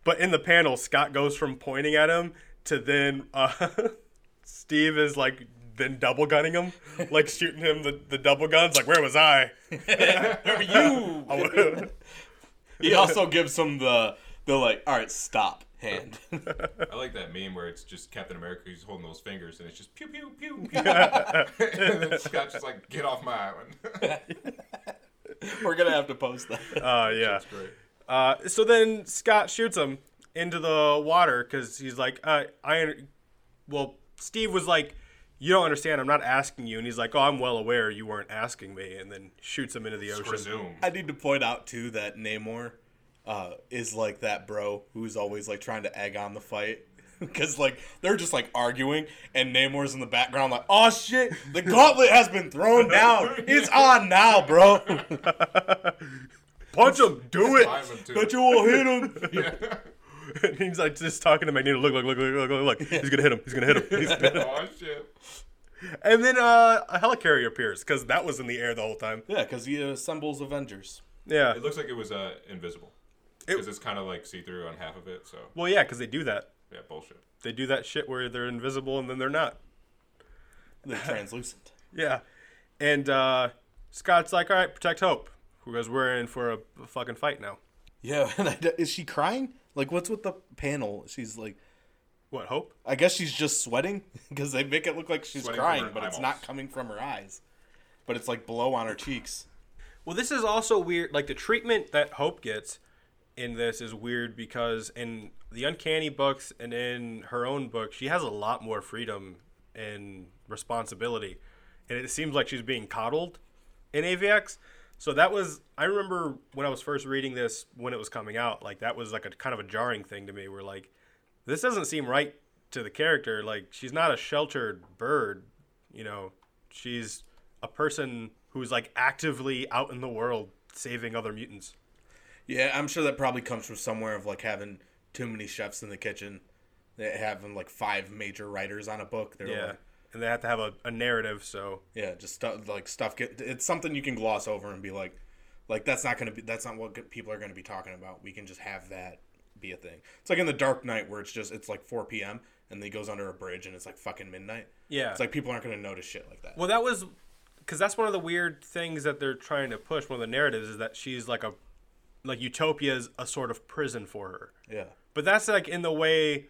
B: But in the panel, Scott goes from pointing at him to then uh, Steve is like then double gunning him, like shooting him the, the double guns. Like where was I? Uh,
C: you. He also gives him the the like. All right, stop. hand.
D: I like that meme where it's just Captain America who's holding those fingers and it's just pew pew pew. pew. and then Scott's just like, get off my island.
C: We're gonna have to post that.
B: Uh, yeah.
D: That's great.
B: Uh, so then Scott shoots him into the water because he's like, uh, I, un- well, Steve was like, you don't understand. I'm not asking you. And he's like, oh, I'm well aware you weren't asking me. And then shoots him into the ocean.
D: Resume.
C: I need to point out too that Namor uh, is like that bro who's always like trying to egg on the fight. Because like they're just like arguing, and Namor's in the background like, "Oh shit, the gauntlet has been thrown down. It's on now, bro.
B: Punch him. Do it.
D: Island too.
C: But you will hit him."
B: And he's like just talking to Magneto. Look, look, look, look, look, look, look. He's gonna hit him. He's gonna hit him. He's gonna-
D: oh shit.
B: and then uh, a helicarrier appears because that was in the air the whole time.
C: Yeah, because he assembles Avengers.
B: Yeah.
D: It looks like it was uh, invisible. Because it's kind of like see through on half of it. So,
B: Well, yeah, because they do that.
D: yeah, bullshit.
B: They do that shit where they're invisible and then they're not.
C: The translucent.
B: Yeah. And uh, Scott's like, all right, protect Hope. Because we're in for a fucking fight now.
C: Yeah, and I d is she crying? Like, what's with the panel? She's like,
B: What, Hope?
C: I guess she's just sweating because they make it look like she's
D: Sweating from
C: crying,
D: her
C: but it's
D: eyeballs.
C: not coming from her eyes. But it's like below on her cheeks.
B: Well, this is also weird. Like, the treatment that Hope gets in this is weird because in the Uncanny books and in her own book, she has a lot more freedom and responsibility. And it seems like she's being coddled in AVX. So that was, I remember when I was first reading this when it was coming out, like, that was like a kind of a jarring thing to me where, like, this doesn't seem right to the character. Like she's not a sheltered bird, you know. She's a person who's like actively out in the world saving other mutants.
C: Yeah, I'm sure that probably comes from somewhere of like having too many chefs in the kitchen, that having like five major writers on a book. They're
B: Yeah.
C: like,
B: And they have to have a, a narrative, so
C: yeah, just stuff like stuff get. It's something you can gloss over and be like, like that's not gonna be that's not what good people are gonna be talking about. We can just have that be a thing. It's like in the Dark Knight where it's just it's like 4 p.m. and he goes under a bridge and it's like fucking midnight.
B: Yeah.
C: it's like people aren't gonna notice shit like that.
B: Well, that was because that's one of the weird things that they're trying to push. One of the narratives is that she's like a like utopia is a sort of prison for her.
C: Yeah,
B: But that's like in the way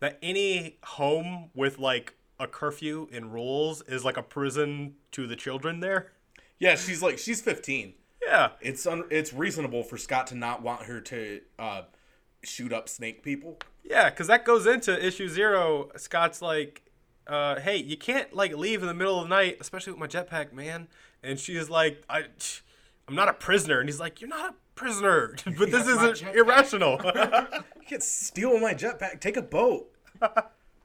B: that any home with like a curfew and rules is like a prison to the children there.
C: yeah. She's like she's 15.
B: Yeah.
C: It's un- it's reasonable for Scott to not want her to uh, shoot up snake people.
B: Yeah, because that goes into issue zero. Scott's like, uh, "Hey, you can't like leave in the middle of the night, especially with my jetpack, man." And she's like, "I, I'm not a prisoner." And he's like, "You're not a prisoner, but this
D: my
B: is
D: jetpack."
B: irrational,
C: You can steal my jetpack. Take a boat.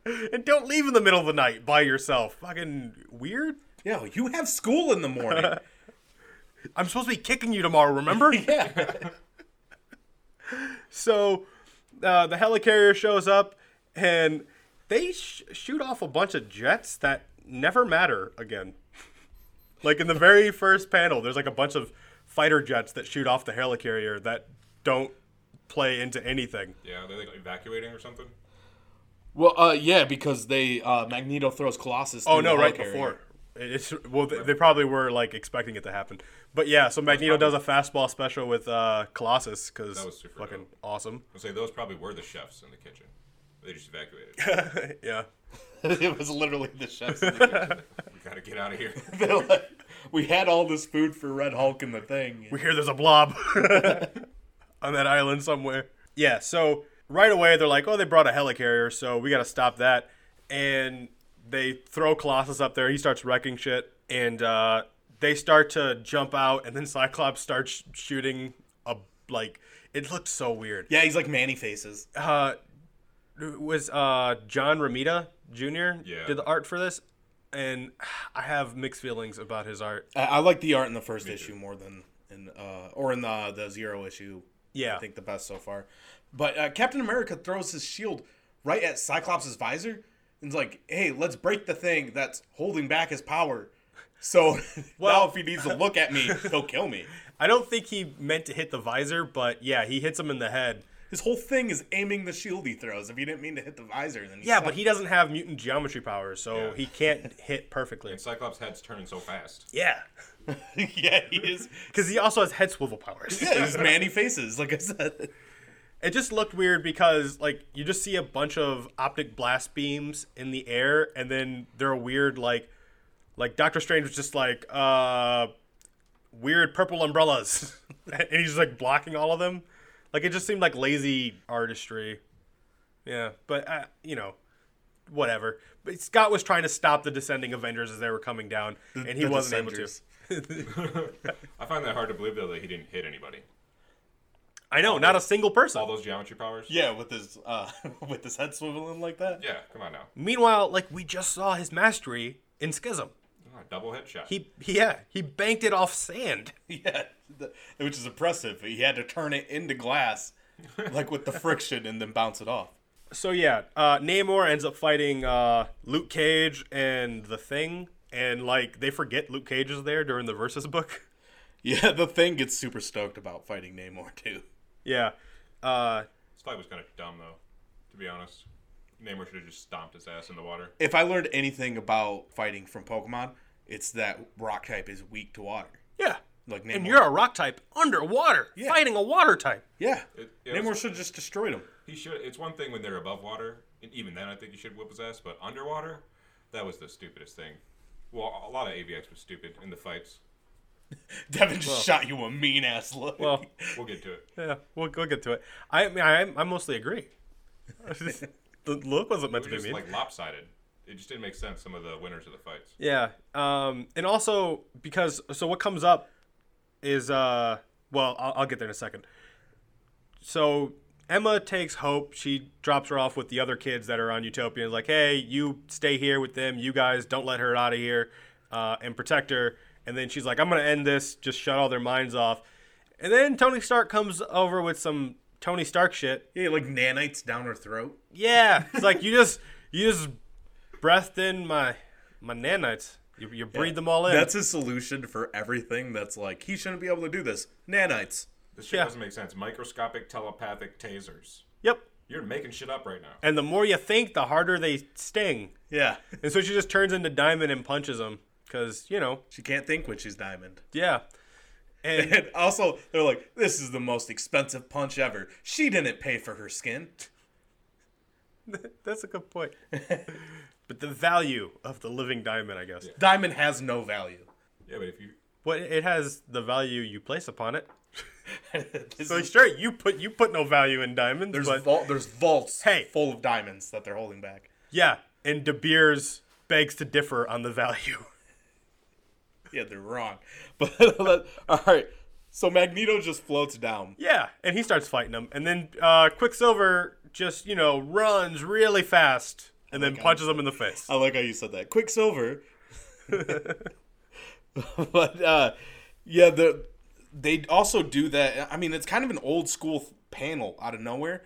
B: and don't leave in the middle of the night by yourself. Fucking weird.
C: Yo, you have school in the morning.
B: I'm supposed to be kicking you tomorrow. Remember?"
C: yeah.
B: So uh, the helicarrier shows up, and they sh- shoot off a bunch of jets that never matter again. like in the very first panel, there's like a bunch of fighter jets that shoot off the helicarrier that don't play into anything.
D: Yeah, they're like evacuating or something.
C: Well, uh, yeah, because they uh, Magneto throws Colossus.
B: Oh
C: through
B: no!
C: the
B: Right
C: helicarrier.
B: before it's well, they, they probably were like expecting it to happen, but yeah. So Magneto does a fastball special with uh, Colossus because
D: was super
B: fucking
D: dope.
B: awesome.
D: I'd say those probably were the chefs in the kitchen. They just evacuated.
B: Yeah.
C: it was literally the chef's. in the kitchen.
D: we gotta get out of here.
C: They're like, we had all this food for Red Hulk in the thing.
B: We hear there's a blob on that island somewhere. Yeah, so right away they're like, oh, they brought a helicarrier, so we got to stop that. And they throw Colossus up there. He starts wrecking shit. And uh, they start to jump out, and then Cyclops starts sh- shooting a, like, it looked so weird.
C: yeah, he's like Manny faces.
B: Uh, was uh, John Ramita Jr.
D: Yeah.
B: did the art for this? And I have mixed feelings about his art.
C: I, I like the art in the first issue more than in uh, or in the the zero issue.
B: Yeah.
C: I think the best so far. But uh, Captain America throws his shield right at Cyclops' visor and's like, "Hey, let's break the thing that's holding back his power." So now, if he needs to look at me, he'll kill me.
B: I don't think he meant to hit the visor, but yeah, he hits him in the head.
C: His whole thing is aiming the shield he throws. If he didn't mean to hit the visor, then
B: Yeah, but he doesn't have mutant geometry powers, so
D: Yeah.
B: he can't hit perfectly.
D: Cyclops' head's turning so fast.
B: Yeah,
C: yeah, he is.
B: because he also has head swivel powers.
C: Yeah, he's Manny faces. Like I said,
B: It just looked weird because like you just see a bunch of optic blast beams in the air, and then they're a weird like like Doctor Strange was just like uh weird purple umbrellas, and he's just, like blocking all of them. Like it just seemed like lazy artistry. Yeah, but uh, you know, whatever. But Scott was trying to stop the descending Avengers as they were coming down, and he
C: the
B: wasn't
C: Descenders.
B: able to.
D: I find that hard to believe though that he didn't hit anybody.
B: I know, not a single person.
D: All those geometry powers.
C: Yeah, with his uh, with his head swiveling like that.
D: Yeah, come on now.
B: Meanwhile, like we just saw his mastery in Schism.
D: Ah, double headshot.
B: He yeah, he banked it off sand.
C: Yeah, th- which is impressive. He had to turn it into glass, like with the friction, and then bounce it off.
B: So yeah, uh, Namor ends up fighting uh, Luke Cage and the Thing, and like they forget Luke Cage is there during the versus book.
C: Yeah, the thing gets super stoked about fighting Namor too.
B: Yeah, uh,
D: This fight was kind of dumb though, to be honest. Namor should have just stomped his ass in the water.
C: If I learned anything about fighting from Pokemon, it's that rock type is weak to water.
B: yeah.
C: Like Namor.
B: And you're a rock type underwater fighting a water type.
C: yeah.
D: It- it
C: Namor
D: was-
C: should have just destroyed him.
D: He should. It's one thing when they're above water, and even then, I think he should whip his ass. But underwater, that was the stupidest thing. Well, a lot of AVX was stupid in the fights.
C: Devin just shot you a mean ass look.
B: Well,
D: We'll get to it.
B: yeah, we'll, we'll get to it. I I, I mostly agree. the look wasn't meant
D: It
B: to
D: was
B: be
D: just
B: mean.
D: like lopsided. It just didn't make sense. Some of the winners of the fights.
B: Yeah. Um, and also because so what comes up is uh well I'll, I'll get there in a second. So Emma takes Hope. She drops her off with the other kids that are on Utopia. Is like, hey, you stay here with them. You guys don't let her out of here uh, and protect her. And then she's like, I'm gonna end this. Just shut all their minds off. And then Tony Stark comes over with some Tony Stark shit.
C: yeah, like nanites down her throat.
B: Yeah, it's like you just you just breathed in my my nanites. You, you breathe them all in.
C: That's his solution for everything. That's like he shouldn't be able to do this. Nanites.
D: This shit
B: Yeah.
D: doesn't make sense. Microscopic telepathic tasers.
B: Yep.
D: You're making shit up right now.
B: And the more you think, the harder they sting.
C: Yeah,
B: And so she just turns into Diamond and punches him. Because, you know,
C: she can't think when she's diamond.
B: yeah. And
C: And also, they're like, this is the most expensive punch ever. She didn't pay for her skin.
B: that's a good point. but the value of the living diamond, I guess.
C: Diamond has no value.
D: Yeah, but if you
B: Well, it has the value you place upon it.
C: This
B: So
C: is-
B: sure, you put you put no value in diamonds,
C: there's,
B: but
C: vault, there's vaults
B: Hey.
C: full of diamonds that they're holding back.
B: yeah. And De Beers begs to differ on the value.
C: Yeah, they're wrong. But all right, so Magneto just floats down.
B: Yeah, and he starts fighting him, and then uh, Quicksilver just you know runs really fast and then punches him in the face.
C: Oh I like how you said that. Quicksilver. but uh, yeah, the they also do that. I mean, it's kind of an old school panel out of nowhere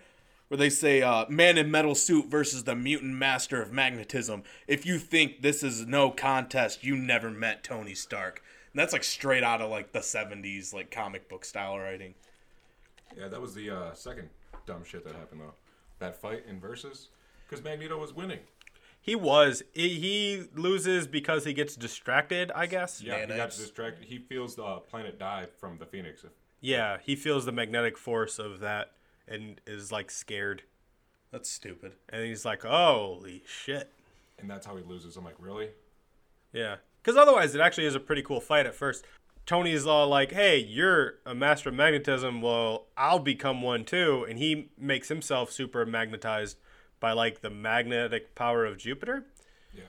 C: where they say uh, man in metal suit versus the mutant master of magnetism. If you think this is no contest, you never met Tony Stark. And that's like straight out of like the 70s like comic book style writing.
D: Yeah, that was the uh, second dumb shit that happened though. That fight in versus, because Magneto was winning.
B: He was he, he loses because he gets distracted, I guess.
D: Yeah, he got
C: Nanites.
D: distracted. He feels the uh, planet die from the Phoenix.
B: Yeah, he feels the magnetic force of that and is like scared,
C: That's stupid.
B: and he's like, "Holy shit!"
D: and that's how he loses. I'm like, really?
B: Yeah, because otherwise, it actually is a pretty cool fight at first. Tony's all like, "Hey, you're a master of magnetism. Well, I'll become one too." And he makes himself super magnetized by like the magnetic power of Jupiter.
D: Yeah.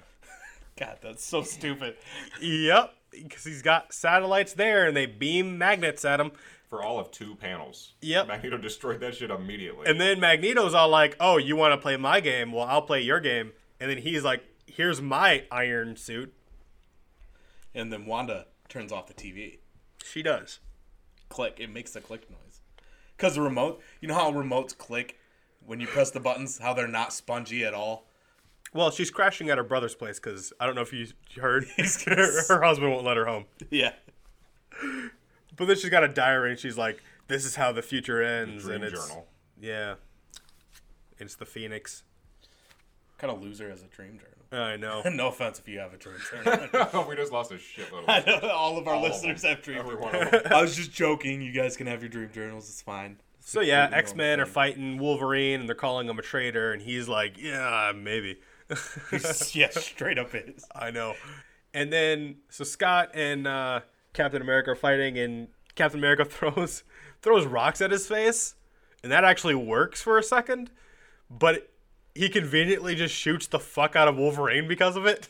C: God, that's so stupid.
B: Yep, because he's got satellites there, and they beam magnets at him.
D: For all of two panels.
B: Yep.
D: Magneto destroyed that shit immediately.
B: And then Magneto's all like, "Oh, you want to play my game? Well, I'll play your game." And then he's like, "Here's my iron suit."
C: And then Wanda turns off the TV.
B: She does.
C: click. It makes the click noise. Because the remote, you know how remotes click when you press the buttons, how they're not spongy at all?
B: Well, she's crashing at her brother's place because I don't know if you heard.
C: He's gonna s-
B: her husband won't let her home.
C: Yeah.
B: But then she's got a diary and she's like, "This is how the future ends."
D: Dream
B: and it's
D: journal.
B: yeah, it's the phoenix.
C: Kind of loser as a dream journal.
B: I know.
C: No offense if you have a dream journal.
D: we just lost a shitload.
C: I
D: Of
C: know all of our
D: of
C: listeners
D: them.
C: have dream
D: Every
C: journals.
D: one of them.
C: I was just joking. You guys can have your dream journals. It's fine. It's
B: So yeah,
C: completely
B: X Men
C: normal
B: are fighting Wolverine, and they're calling him a traitor, and he's like, "Yeah, maybe."
C: yeah, straight up is.
B: I know. And then so Scott and uh, Captain America are fighting, and Captain America throws throws rocks at his face, and that actually works for a second, but he conveniently just shoots the fuck out of Wolverine because of it.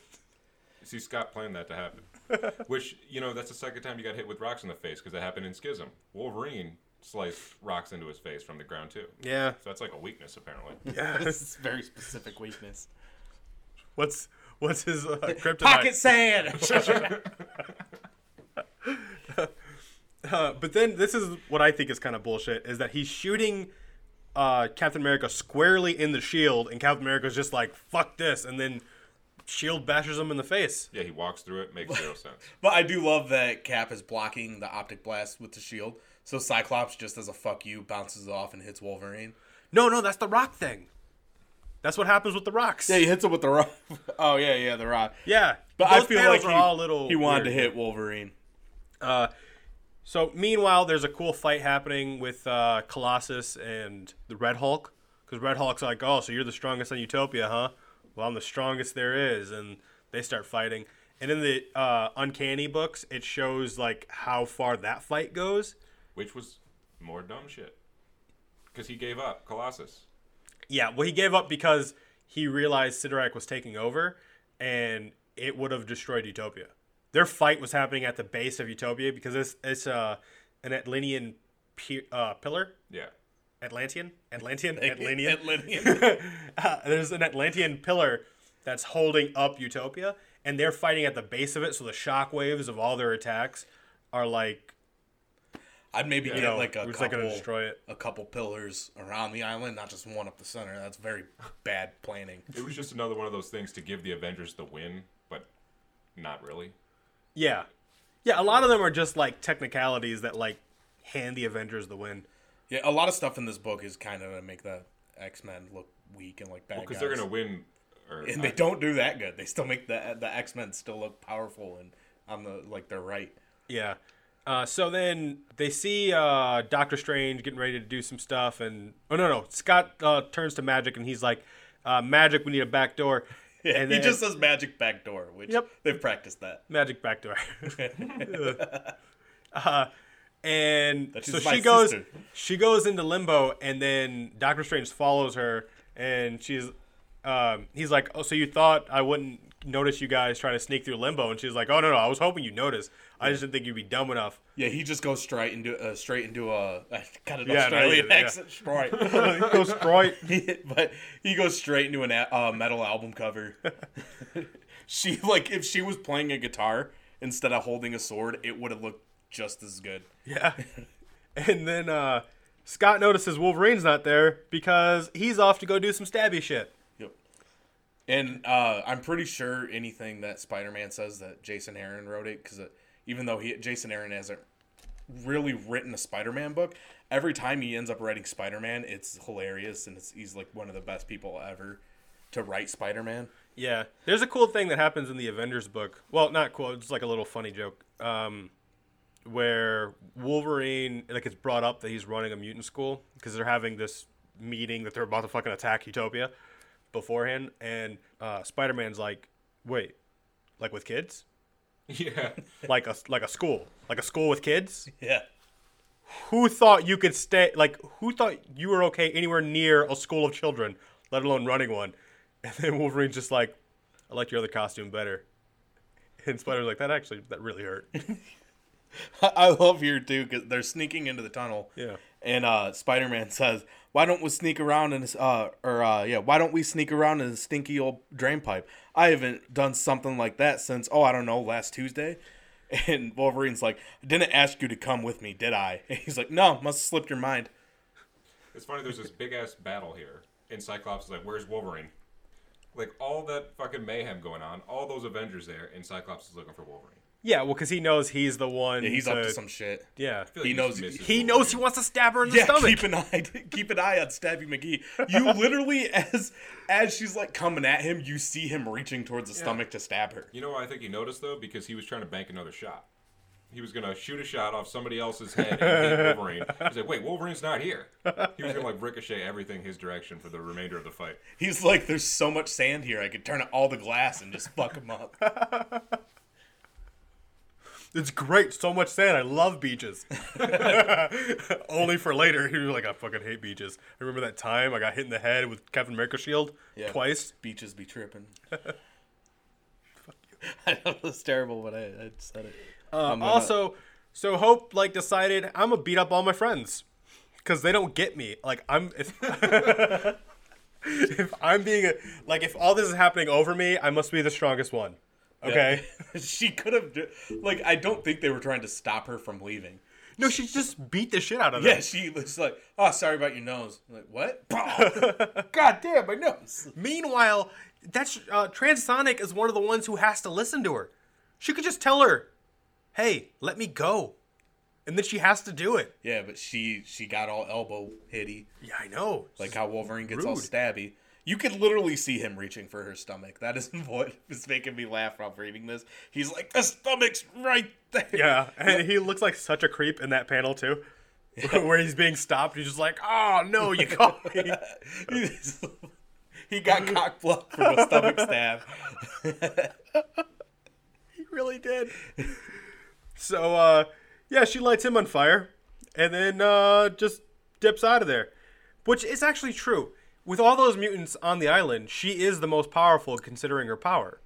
D: See, Scott planned that to happen. Which, you know, that's the second time you got hit with rocks in the face because that happened in Schism. Wolverine sliced rocks into his face from the ground, too.
B: Yeah.
D: So that's like a weakness, apparently.
E: This is very specific weakness.
B: What's what's his uh, kryptonite?
E: Pocket sand.
B: Uh, but then this is what I think is kind of bullshit is that he's shooting uh, Captain America squarely in the shield, and Captain America's just like fuck this, and then shield bashes him in the face.
D: yeah, he walks through it, makes zero sense.
C: But I do love that Cap is blocking the optic blast with the shield. So Cyclops just as a fuck you bounces off and hits Wolverine.
B: No, no, that's the rock thing. That's what happens with the rocks.
C: Yeah, he hits him with the rock. Oh yeah, yeah, the rock.
B: Yeah,
C: But
B: those
C: I feel
B: panels
C: like
B: are
C: he,
B: all a little.
C: he wanted
B: weird.
C: to hit Wolverine.
B: So meanwhile, there's a cool fight happening with uh, Colossus and the Red Hulk, because Red Hulk's like, "Oh, so you're the strongest on Utopia, huh? Well, I'm the strongest there is," and they start fighting. And in the uh, Uncanny books, it shows like how far that fight goes.
D: Which was more dumb shit. Because he gave up Colossus.
B: Yeah, well, he gave up because he realized Sidorak was taking over, and it would have destroyed Utopia. Their fight was happening at the base of Utopia because it's it's uh, an Atlantean pi- uh, pillar.
D: Yeah.
B: Atlantean, Atlantean, Atlantean.
C: Atlantean.
B: Uh, there's an Atlantean pillar that's holding up Utopia, and they're fighting at the base of it. So the shock waves of all their attacks are like,
C: I'd maybe
B: you
C: get
B: know,
C: like a
B: we're just like
C: couple,
B: gonna destroy it.
C: a couple pillars around the island, not just one up the center. That's very bad planning.
D: It was just another one of those things to give the Avengers the win, but not really.
B: Yeah, yeah. A lot of them are just like technicalities that like hand the Avengers the win.
C: Yeah, a lot of stuff in this book is kind of to make the X Men look weak and like bad
D: Because
C: guys.
D: they're going to win. Or
C: and they don't do that good. They still make the the X Men still look powerful and on the like they're right.
B: Yeah. Uh, so then they see uh, Doctor Strange getting ready to do some stuff, and oh no no, Scott uh, turns to Magic and he's like, uh, "Magic, we need a back door." and
C: he
B: then-
C: just says magic backdoor, which
B: Yep.
C: they've practiced that.
B: magic backdoor. uh, and
C: That is
B: so
C: my
B: she goes,
C: sister.
B: she goes into limbo, and then Doctor Strange follows her, and she's, um, he's like, oh, so you thought I wouldn't notice you guys trying to sneak through limbo? And she's like, oh no no, I was hoping you noticed. I just didn't think you'd be dumb enough.
C: Yeah, he just goes straight into uh, straight into a I got an
B: Yeah, no,
C: Australian
B: yeah.
C: accent, straight.
B: Go straight.
C: but he goes straight into an a- uh, metal album cover. she like if she was playing a guitar instead of holding a sword, it would have looked just as good.
B: Yeah. And then uh, Scott notices Wolverine's not there because he's off to go do some stabby shit.
C: Yep. And uh, I'm pretty sure anything that Spider-Man says that Jason Aaron wrote it because even though he Jason Aaron hasn't really written a Spider-Man book, every time he ends up writing Spider-Man, it's hilarious and it's, he's like one of the best people ever to write Spider-Man.
B: Yeah, there's a cool thing that happens in the Avengers book. Well, not cool. It's like a little funny joke, um, where Wolverine like it's brought up that he's running a mutant school because they're having this meeting that they're about to fucking attack Utopia beforehand, and uh, Spider-Man's like, "Wait, like with kids?
D: Yeah.
B: Like a like a school? Like a school with kids?
C: Yeah.
B: Who thought you could stay? Like who thought you were okay anywhere near a school of children, let alone running one?" And then Wolverine's just like, "I like your other costume better." And Spider's like, that actually, that really hurt.
C: I love here too because they're sneaking into the tunnel.
B: Yeah.
C: And uh, Spider-Man says, "Why don't we sneak around in this? Uh, or uh, yeah, why don't we sneak around in a stinky old drain pipe? I haven't done something like that since oh I don't know last Tuesday." And Wolverine's like, "I didn't ask you to come with me, did I?" And he's like, "No, must have slipped your mind."
D: It's funny. There's this big ass battle here, and Cyclops is like, "Where's Wolverine?" Like all that fucking mayhem going on, all those Avengers there, and Cyclops is looking for Wolverine.
B: Yeah, well, because he knows he's the one.
C: Yeah, he's
B: to,
C: up to some shit.
B: Yeah,
D: I feel
C: He
D: just
C: knows-
D: misses
B: he
D: Wolverine.
B: knows he wants to stab her in the
C: Yeah,
B: stomach.
C: keep an eye, keep an eye on Stabby McGee. You literally, as as she's like coming at him, you see him reaching towards the stomach to stab her.
D: You know, why I think he noticed though because he was trying to bank another shot. he was gonna shoot a shot off somebody else's head and hit Wolverine. He's like, wait, Wolverine's not here. He was gonna like ricochet everything his direction for the remainder of the fight.
C: He's like, there's so much sand here, I could turn up all the glass and just fuck him up.
B: It's great. So much sand. I love beaches. Only for later. He was like, I fucking hate beaches. I remember that time I got hit in the head with Captain America shield
E: Yeah.
B: twice.
C: Beaches be tripping.
E: I know it's terrible, but I, I just said it. I'm gonna-
B: Uh, Also, so Hope like decided I'm gonna beat up all my friends because they don't get me. Like I'm if if I'm being a, like if all this is happening over me, I must be the strongest one. Okay.
C: she could have, ju- like, I don't think they were trying to stop her from leaving.
B: No, she just beat the shit out of them.
C: Yeah, she was like, oh, sorry about your nose. I'm like, what? Pow! God damn, my nose.
B: Meanwhile, that's uh, Transonic is one of the ones who has to listen to her. She could just tell her, "Hey, let me go," and then she has to do it.
C: Yeah, but she she got all elbow hitty,
B: Yeah, I know.
C: like how Wolverine gets all
B: Rude.
C: stabby. You could literally see him reaching for her stomach. That is what is making me laugh while reading this. He's like, the stomach's right there.
B: yeah, and he looks like such a creep in that panel too, where he's being stopped. He's just like, "Oh no, you caught me."
C: He's- he got cock blocked from a stomach stab.
B: he really did. So, uh, yeah, she lights him on fire, and then uh, just dips out of there, which is actually true. With all those mutants on the island, she is the most powerful considering her power.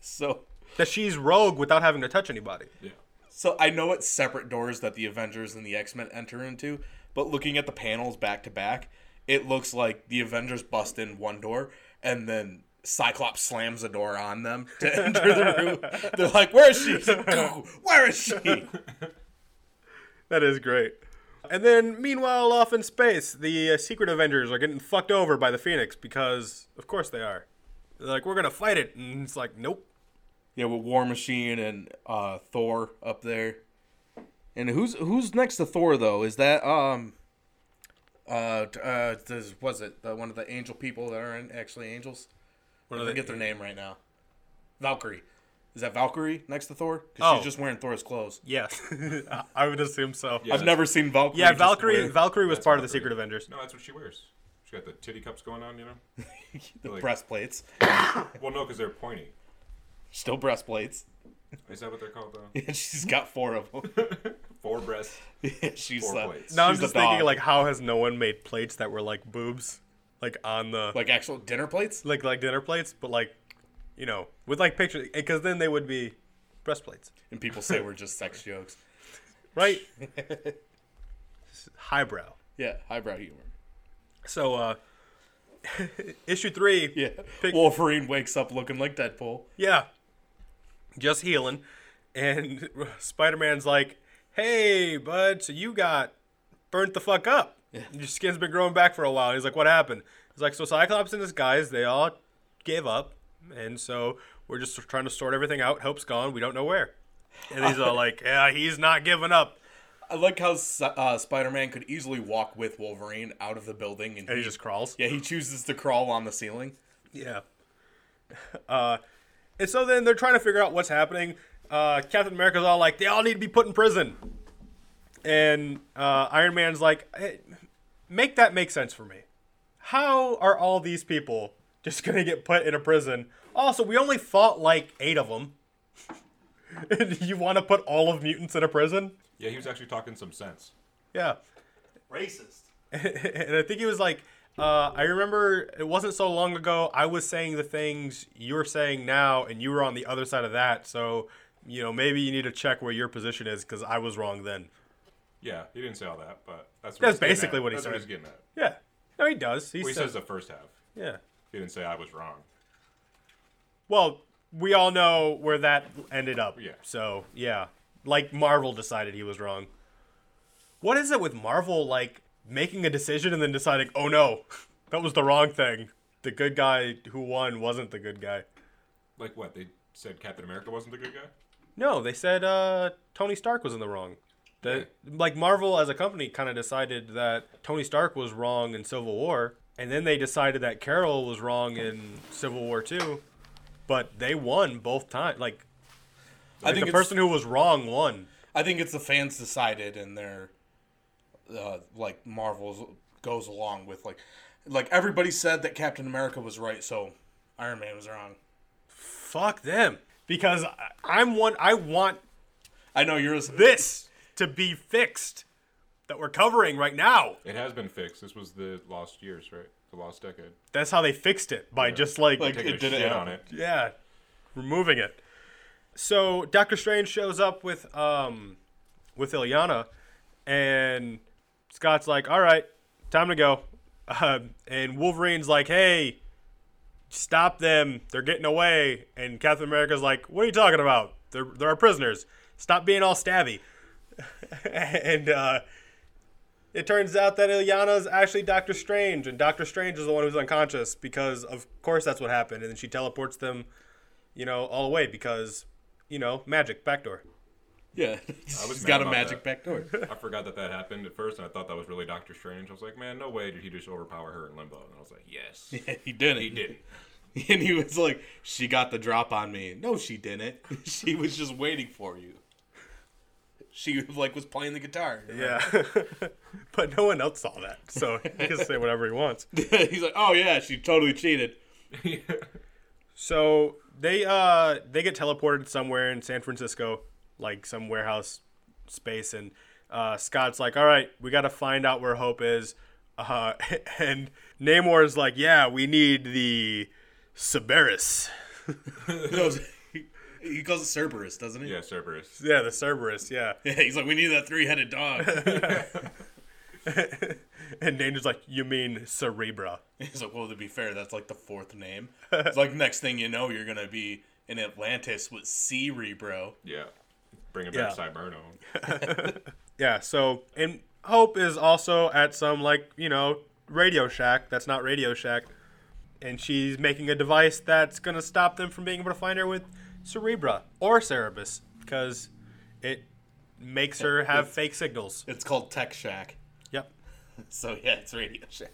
C: So
B: that she's rogue without having to touch anybody.
D: Yeah.
C: so I know it's separate doors that the Avengers and the X-Men enter into, but looking at the panels back to back, it looks like the Avengers bust in one door and then Cyclops slams a door on them to enter the room. They're like, "Where is she? He's like, Go! Where is she?"
B: That is great. And then, meanwhile, off in space, the uh, secret Avengers are getting fucked over by the Phoenix because, of course, they are. They're like, we're gonna fight it, and it's like, nope.
C: Yeah, with War Machine and uh, Thor up there. And who's who's next to Thor though? Is that um uh t- uh this, was it the, one of the angel people that aren't actually angels?
B: What
C: I
B: are they-
C: forget their name right now. Valkyrie. Is that Valkyrie next to Thor? Because
B: Oh.
C: she's just wearing Thor's clothes.
B: Yes, I- I would assume so. Yeah,
C: I've never seen Valkyrie. just
B: Valkyrie.
C: wear
B: Valkyrie was
D: That's
B: part of the
D: Valkyrie.
B: secret Avengers.
D: No, that's what she wears. She got the titty cups going on, you know.
C: the
D: like-
C: breastplates.
D: Well, no, because they're pointy.
C: Still breastplates.
D: Is that what they're called though?
C: And she's got four of them.
D: Four breasts,
C: she's
D: four
C: uh,
D: plates.
B: Now I'm
C: she's the
B: just thinking,
C: dog.
B: like, how has no one made plates that were like boobs, like on the like
C: like actual dinner plates?
B: like, dinner plates, but like, you know, with like pictures, because then they would be breastplates,
C: And people say we're just sex jokes.
B: right? Highbrow.
C: Yeah, highbrow humor.
B: So, uh, issue three.
C: Yeah.
B: Pick-
C: Wolverine wakes up looking like Deadpool.
B: Yeah. Just healing. And Spider Man's like, hey, bud, so you got burnt the fuck up. Your skin's been growing back for a while. He's like, what happened? He's like, so Cyclops and his guys, they all gave up. And so we're just trying to sort everything out. Hope's gone. We don't know where. And he's all like, yeah, he's not giving up.
C: I like how S- uh, Spider-Man could easily walk with Wolverine out of the building, and,
B: And he
C: he-
B: just crawls.
C: yeah, he chooses to crawl on the ceiling.
B: Yeah. Uh, and so then they're trying to figure out what's happening. Uh, Captain America's all like, they all need to be put in prison. And uh, Iron Man's like, "Eh, make that make sense for me. How are all these people just going to get put in a prison? Also, we only fought like eight of them. and you want to put all of mutants in a prison?
D: Yeah, he was actually talking some sense.
B: Yeah.
E: racist.
B: and I think he was like, uh, I remember it wasn't so long ago. I was saying the things you're saying now, and you were on the other side of that. So, you know, maybe you need to check where your position is because I was wrong then.
D: Yeah, he didn't say all that, but that's what
B: That's
D: he's getting
B: basically
D: at.
B: what he
D: that's
B: said.
D: What he's getting at.
B: Yeah. No, he does. He,
D: Well, he
B: said-
D: says the first half.
B: yeah.
D: He didn't say I was wrong.
B: Well, we all know where that ended up.
D: Yeah.
B: So, yeah. Like Marvel decided he was wrong. What is it with Marvel, like, making a decision and then deciding, oh no, that was the wrong thing? The good guy who won wasn't the good guy.
D: Like what they said, Captain America wasn't the good guy.
B: No, they said uh, Tony Stark was in the wrong. That like Marvel as a company kind of decided that Tony Stark was wrong in Civil War, and then they decided that Carol was wrong in Civil War Two, but they won both times. Like
C: I think
B: the
C: it's,
B: person who was wrong won.
C: I think it's the fans decided, and they're uh, like Marvel goes along with like like everybody said that Captain America was right, so Iron Man was wrong.
B: Fuck them. Because I- I'm one. I want
C: I know yours.
B: this to be fixed that we're covering right now.
D: It has been fixed. This was the lost years, right? The lost decade.
B: That's how they fixed it by just like,
C: Like-
D: Taking
C: It
D: a
C: didn't
D: shit
C: happen.
D: on it.
B: yeah, removing it. So Doctor Strange shows up with um with Ilyana, and Scott's like, "All right, time to go." Um, and Wolverine's like, "Hey, stop them! They're getting away!" And Captain America's like, "What are you talking about? They're they're our prisoners. Stop being all stabby." and uh, it turns out that Ilyana's actually Doctor Strange, and Doctor Strange is the one who's unconscious because, of course, that's what happened. And then she teleports them, you know, all away because, you know, magic backdoor.
E: Yeah.
D: was
C: He's
D: mad
C: got a
D: about
C: magic
D: that.
C: back door.
D: I forgot that that happened at first, and I thought that was really Doctor Strange. I was like, man, no way did he just overpower her in limbo. And I was like, yes,
C: he didn't.
D: he did.
C: And he was like, "She got the drop on me." No, she didn't. she was just waiting for you. She like was playing the guitar.
B: Yeah. but no one else saw that. So he can say whatever he wants.
C: He's like, "Oh yeah, she totally cheated."
B: So they uh they get teleported somewhere in San Francisco, like some warehouse space, and uh, Scott's like, "All right, we got to find out where Hope is," uh, and Namor's like, "Yeah, we need the Cerberus."
C: He goes, he, he calls it Cerberus, doesn't he?
D: Yeah, Cerberus.
B: Yeah, the Cerberus. Yeah,
C: Yeah, he's like, "We need that three-headed dog."
B: and Namor's like, "You mean Cerebra?"
C: He's like, well, to be fair, that's like the fourth name. It's like next thing you know, you're gonna be in Atlantis with Siri, bro.
D: Yeah. Bringing
B: Yeah.
D: back Cyberno.
B: Yeah. So and Hope is also at some like you know Radio Shack. That's not Radio Shack. And she's making a device that's gonna stop them from being able to find her with Cerebra or Cerebus because it makes her have fake signals.
C: It's called Tech Shack.
B: Yep.
C: So yeah, it's Radio Shack.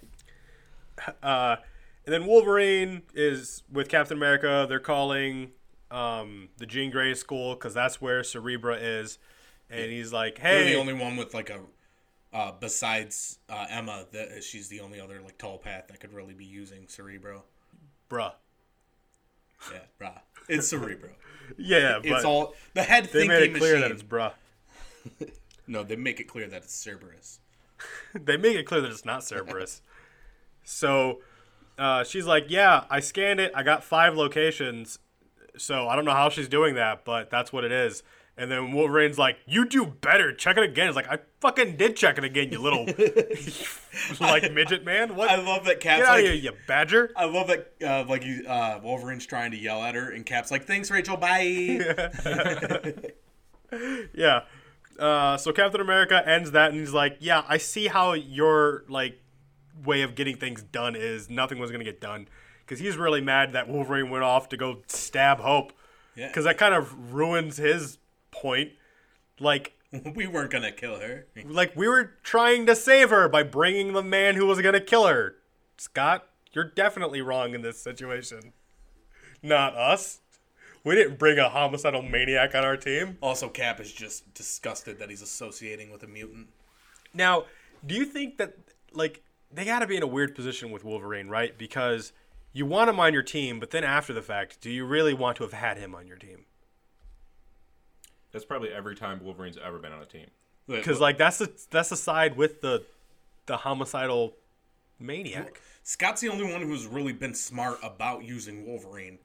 B: And then Wolverine is with Captain America. They're calling um, the Jean Grey School because that's where Cerebra is. And he's like,
C: They're
B: "Hey,
C: the only one with like a, uh, besides uh, Emma, that she's the only other like tall path that could really be using Cerebro.
B: bruh."
C: Yeah, bruh. It's Cerebro.
B: Yeah, but
C: it's all the head
B: they
C: thinking
B: made it clear
C: machine.
B: that it's bruh.
C: no, they make it clear that it's Cerberus.
B: they make it clear that it's not Cerberus. so uh, she's like, "Yeah, I scanned it. I got five locations. So I don't know how she's doing that, but that's what it is." And then Wolverine's like, "You do better. Check it again." It's like, "I fucking did check it again, you little like midget man. What?
C: I love that Cap's
B: Get out
C: like,
B: of here, you badger."
C: I love that, uh, like, he, uh, Wolverine's trying to yell at her, and Cap's like, thanks, Rachel, bye.
B: Yeah. Uh, so Captain America ends that, and he's like, "Yeah, I see how your like way of getting things done is nothing was gonna get done," because he's really mad that Wolverine went off to go stab Hope,
C: Yeah.
B: because that kind of ruins his point. Like,
C: we weren't going to kill her.
B: like we were trying to save her by bringing the man who was gonna kill her. Scott, you're definitely wrong in this situation. Not us. We didn't bring a homicidal maniac on our team.
C: Also, Cap is just disgusted that he's associating with a mutant.
B: Now, do you think that like they got to be in a weird position with Wolverine, right? Because you want him on your team, but then after the fact, do you really want to have had him on your team?
D: That's probably every time Wolverine's ever been on a team.
B: Because like that's the that's the side with the the homicidal maniac.
C: Scott's the only one who's really been smart about using Wolverine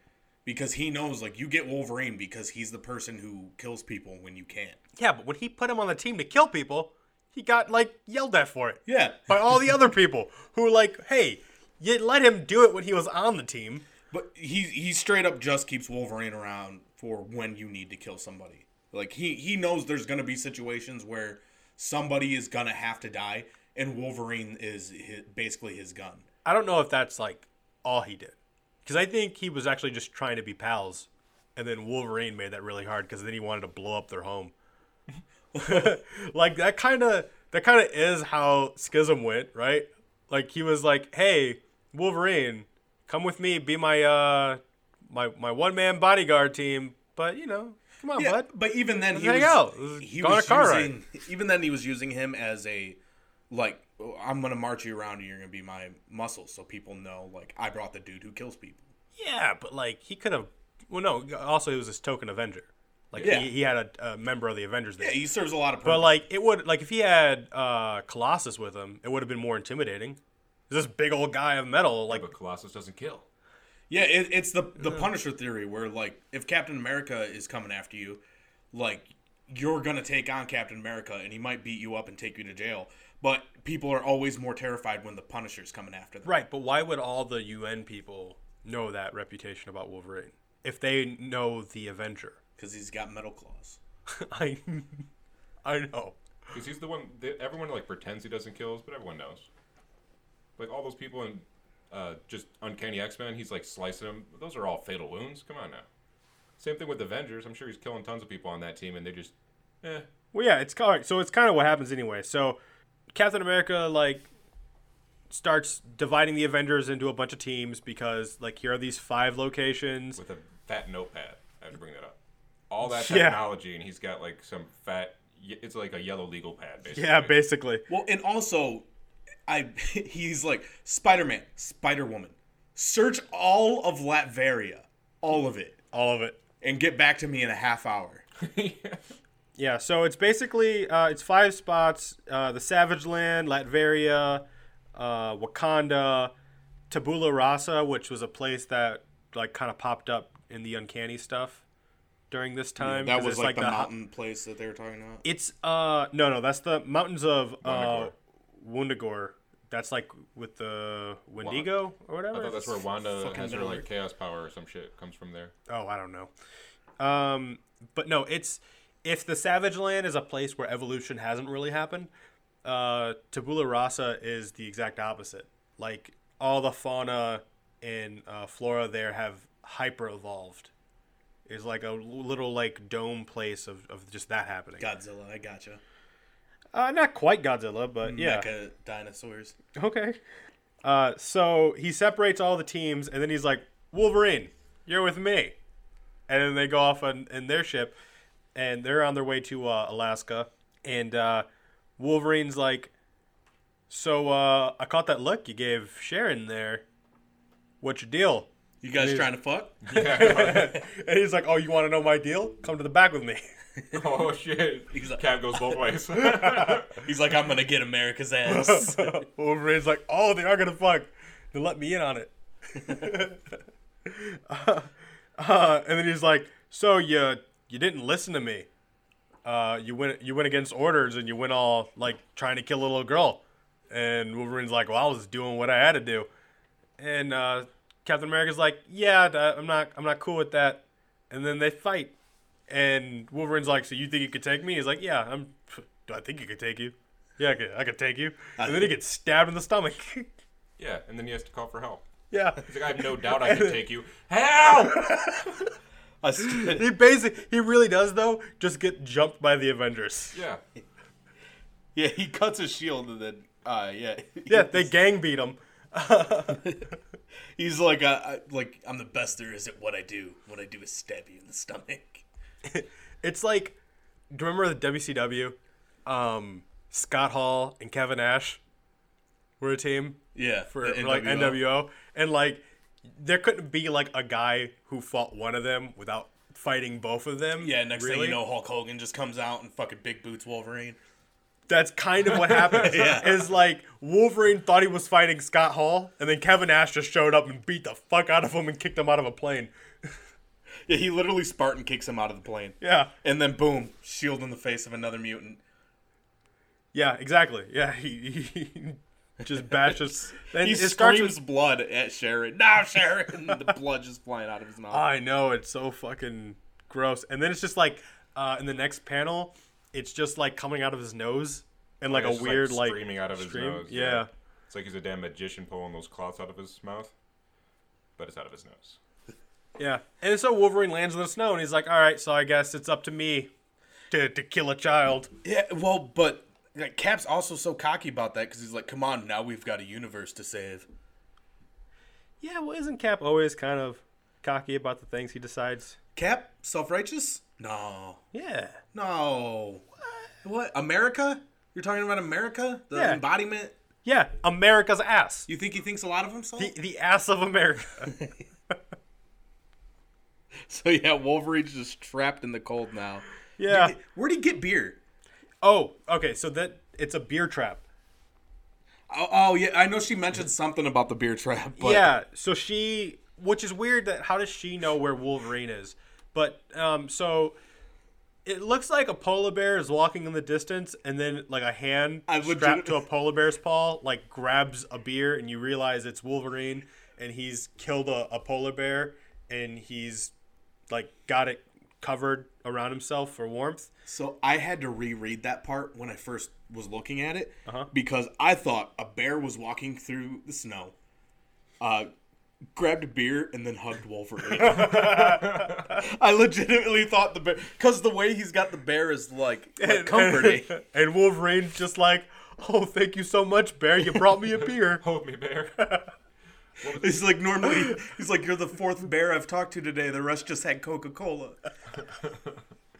C: because he knows, like, you get Wolverine because he's the person who kills people when you can't.
B: Yeah, but when he put him on the team to kill people, he got like yelled at for it
C: Yeah.
B: by all the other people who were like, "Hey, you let him do it when he was on the team."
C: But he he straight up just keeps Wolverine around for when you need to kill somebody. Like he he knows there's gonna be situations where somebody is gonna have to die, and Wolverine is hi basically his gun.
B: I don't know if that's like all he did, because I think he was actually just trying to be pals, and then Wolverine made that really hard because then he wanted to blow up their home. like that kind of that kind of is how Schism went, right? Like he was like, "Hey, Wolverine, come with me, be my uh my my one man bodyguard team." But you know, Come on,
C: Yeah,
B: bud.
C: but even then he
B: Hang
C: was,
B: out. Let's
C: he
B: go on a
C: was
B: car ride.
C: using even then he was using him as a like "Oh, I'm gonna march you around and you're gonna be my muscles so people know like I brought the dude who kills people.
B: Yeah, but like he could have. Well, no. Also, he was this token Avenger. Like
C: Yeah.
B: he, he had a, a member of the Avengers there.
C: Yeah, he serves a lot of purpose.
B: but like it would like if he had uh Colossus with him, it would have been more intimidating. This big old guy of metal, like
D: But Colossus doesn't kill.
C: Yeah, it, it's the the Punisher theory where like if Captain America is coming after you, like you're gonna take on Captain America and he might beat you up and take you to jail. But people are always more terrified when the Punisher's coming after them.
B: right. But why would all the UN people know that reputation about Wolverine if they know the Avenger?
C: Because he's got metal claws.
B: I I know.
D: Because he's the one. They, everyone like pretends he doesn't kills, but everyone knows. Like all those people in uh, just Uncanny X Men, he's like slicing them. Those are all fatal wounds. Come on now. Same thing with Avengers. I'm sure he's killing tons of people on that team, and they just, eh.
B: Well, yeah, it's all right. So it's kind of what happens anyway. So Captain America like starts dividing the Avengers into a bunch of teams because like here are these five locations.
D: With a fat notepad. I have to bring that up. All that
B: Yeah.
D: technology, and he's got like some fat. ye- It's like a yellow legal pad, basically.
B: Yeah, basically.
C: Well, and also, I he's like Spider Man, Spider Woman. Search all of Latveria, all of it,
B: All of it.
C: and get back to me in a half hour.
B: Yeah, so it's basically uh, it's five spots: uh, the Savage Land, Latveria, uh, Wakanda, Tabula Rasa, which was a place that like kind of popped up in the Uncanny stuff during this time.
C: That
B: 'cause
C: was
B: it's
C: like, the,
B: the-
C: mountain place that they were talking about.
B: It's uh no no that's the mountains of uh,
D: Wundagore.
B: Wundagore. That's like with the Wendigo or
D: I
B: whatever.
D: thought that's where Wanda
C: Fucking
D: has her
C: nerd.
D: like chaos power or some shit comes from there.
B: Oh, I don't know. Um, but no, it's if the Savage Land is a place where evolution hasn't really happened, uh, Tabula Rasa is the exact opposite. Like all the fauna and uh, flora there have hyper evolved. Is like a little like dome place of, of just that happening.
C: Godzilla, I gotcha.
B: Uh, not quite Godzilla, but
C: Mm,
B: yeah.
C: Mecha dinosaurs.
B: Okay. Uh, so he separates all the teams, and then he's like, Wolverine, you're with me. And then they go off on, in their ship, and they're on their way to uh, Alaska. And uh, Wolverine's like, So uh, I caught that look you gave Sharon there. What's your deal?
C: You guys trying to fuck?
B: And he's like, Oh, you want to know my deal? Come to the back with me.
D: oh shit!
C: like-
D: Cab goes both ways.
C: He's like, I'm gonna get America's ass.
B: Wolverine's like, Oh, they are going to fuck. Then let me in on it. Uh, and then he's like, "So you you didn't listen to me. Uh, you went you went against orders and you went all like trying to kill a little girl." And Wolverine's like, "Well, I was doing what I had to do." And uh, Captain America's like, "Yeah, d- I'm not I'm not cool with that." And then they fight. And Wolverine's like, "So you think you could take me?" He's like, "Yeah, I'm. Do I think you could take you? Yeah, I could. I could take you." And then he gets stabbed in the stomach.
D: yeah, and then he has to call for help.
B: yeah.
D: He's like, I have no doubt I can take you. Help!
E: I st-
B: He basically, he really does though, just get jumped by the Avengers.
D: Yeah.
E: yeah, he cuts his shield and then, uh, yeah.
B: Yeah, they gang beat him.
C: He's like, I, I, like I'm the best there is at what I do. What I do is stab you in the stomach.
B: It's like, do you remember the WCW? Um, Scott Hall and Kevin Nash were a team
C: Yeah,
B: for like NWO, and like there couldn't be like a guy who fought one of them without fighting both of them.
C: Yeah, next thing
B: really.
C: you know, Hulk Hogan just comes out and fucking big boots Wolverine.
B: that's kind of what happened.
C: Yeah.
B: Is like Wolverine thought he was fighting Scott Hall, and then Kevin Nash just showed up and beat the fuck out of him and kicked him out of a plane.
C: Yeah, he literally Spartan kicks him out of the plane.
B: Yeah.
C: And then boom, shield in the face of another mutant.
B: Yeah, exactly. Yeah, he, he just bashes. And
C: He
B: it starts
C: screams
B: with,
C: blood at Sharon. Now Sharon, the blood just flying out of his mouth.
B: I know it's so fucking gross. And then it's just like uh, in the next panel, it's just like coming out of his nose and like
D: It's
B: a
D: just,
B: weird like,
D: streaming out of his
B: stream.
D: nose.
B: Yeah.
D: It's like he's a damn magician pulling those clots out of his mouth, but it's out of his nose.
B: yeah, And so Wolverine lands in the snow, and he's like, "All right, so I guess it's up to me to to kill a child."
C: Yeah, well, but like, Cap's also so cocky about that because he's like, "Come on, now we've got a universe to save."
B: Yeah, well, isn't Cap always kind of cocky about the things he decides?
C: Cap, self righteous? No,
B: Yeah.
C: no. What? America? You're talking about America? The
B: Yeah.
C: embodiment?
B: Yeah. America's ass.
C: You think he thinks a lot of himself?
B: The, the ass of America.
E: So yeah, Wolverine's just trapped in the cold now.
B: Yeah.
C: Where'd he get beer?
B: Oh, okay. So that it's a beer trap.
C: Oh, oh yeah, I know she mentioned something about the beer trap. But
B: yeah. So she, which is weird. That how does she know where Wolverine is? But um, so it looks like a polar bear is walking in the distance, and then like a hand
C: I
B: strapped
C: legit-
B: to a polar bear's paw like grabs a beer, and you realize it's Wolverine, and he's killed a, a polar bear, and he's like got it covered around himself for warmth.
C: So I had to reread that part when I first was looking at it
B: Uh-huh.
C: because I thought a bear was walking through the snow, uh, grabbed a beer, and then hugged Wolverine. I legitimately thought the bear because the way he's got the bear is like, like comforting.
B: and Wolverine just like, oh, thank you so much, bear. You brought me a beer.
D: Hold me, bear.
C: He's like normally he's like you're the fourth bear I've talked to today. The rest just had Coca Cola.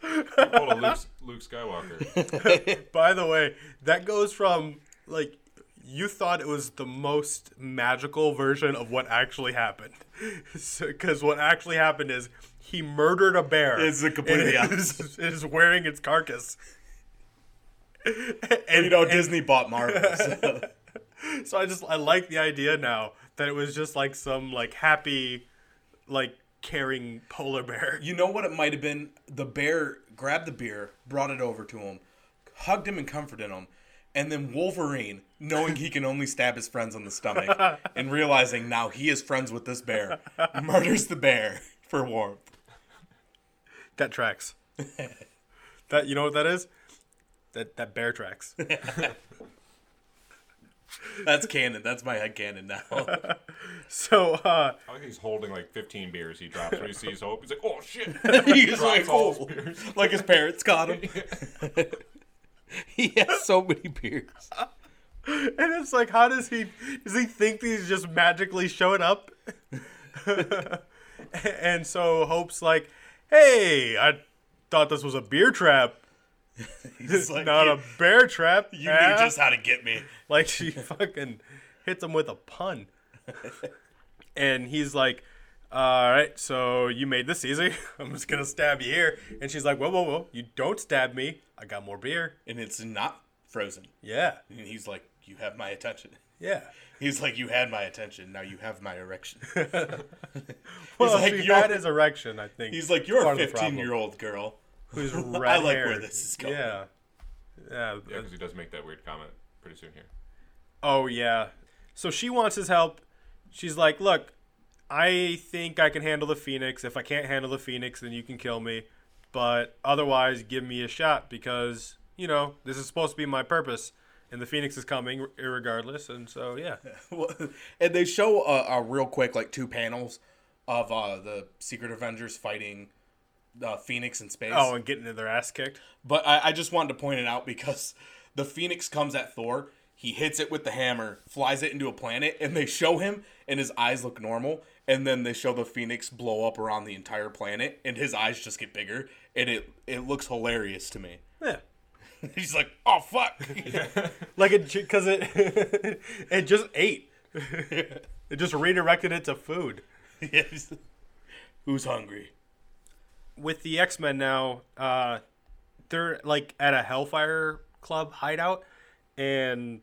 D: Hold on, Luke, Luke Skywalker.
B: By the way, that goes from like you thought it was the most magical version of what actually happened, because what actually happened is he murdered a bear.
C: It's a completely
B: and is, it is wearing its carcass. And
C: You know Disney bought Marvel. so-
B: so I just I like the idea now that it was just like some like happy, like caring polar bear.
C: You know what it might have been? The bear grabbed the beer, brought it over to him, hugged him and comforted him, and then Wolverine, knowing he can only stab his friends on the stomach, and realizing now he is friends with this bear, murders the bear for warmth.
B: That tracks. that you know what that is? That that bear tracks.
C: That's canon. That's my head canon now.
B: So uh
D: I like he's holding like 15 beers. He drops when he sees Hope. He's like, oh shit.
C: He's like,
D: Drops all
C: "Oh,"
D: his beers.
C: like his parents caught him.
E: He has so many beers.
B: and it's like how does he does he think these just magically showing up? and so Hope's like, "Hey, I thought this was a beer trap,
C: He's like,
B: not
C: you,
B: a bear trap."
C: you
B: huh?"
C: knew just how to get me.
B: Like she fucking hits him with a pun. and he's like, All right, so you made this easy. I'm just going to stab you here. And she's like, Whoa, whoa, whoa. You don't stab me. I got more beer.
C: And it's not frozen.
B: Yeah.
C: And he's like, you have my attention.
B: Yeah.
C: He's like, you had my attention. Now you have my erection.
B: Well,
C: like,
B: see,
C: "You're-
B: that is erection, I think.
C: He's like, you're
B: part
C: a
B: of the
C: 15
B: problem."
C: year old girl.
B: Who's red
C: like where
B: haired.
C: this is going.
B: Yeah. Yeah.
D: Yeah, because he does make that weird comment pretty soon here.
B: Oh, yeah. So she wants his help. She's like, Look, I think I can handle the Phoenix. If I can't handle the Phoenix, then you can kill me. But otherwise, give me a shot because, you know, this is supposed to be my purpose. And the Phoenix is coming r- regardless. And so, yeah.
C: and they show a, a real quick, like two panels of uh, the Secret Avengers fighting uh, Phoenix in space.
B: Oh, and getting their ass kicked.
C: But I, I just wanted to point it out because the Phoenix comes at Thor. He hits it with the hammer, flies it into a planet, and they show him, and his eyes look normal. And then they show the Phoenix blow up around the entire planet, and his eyes just get bigger, and it it looks hilarious to me.
B: Yeah.
C: He's like, "Oh fuck!"
B: Like it, because it, it just ate. it just redirected it to food.
C: Yes. Who's hungry?
B: with the X Men now, uh, they're like at a Hellfire Club hideout, and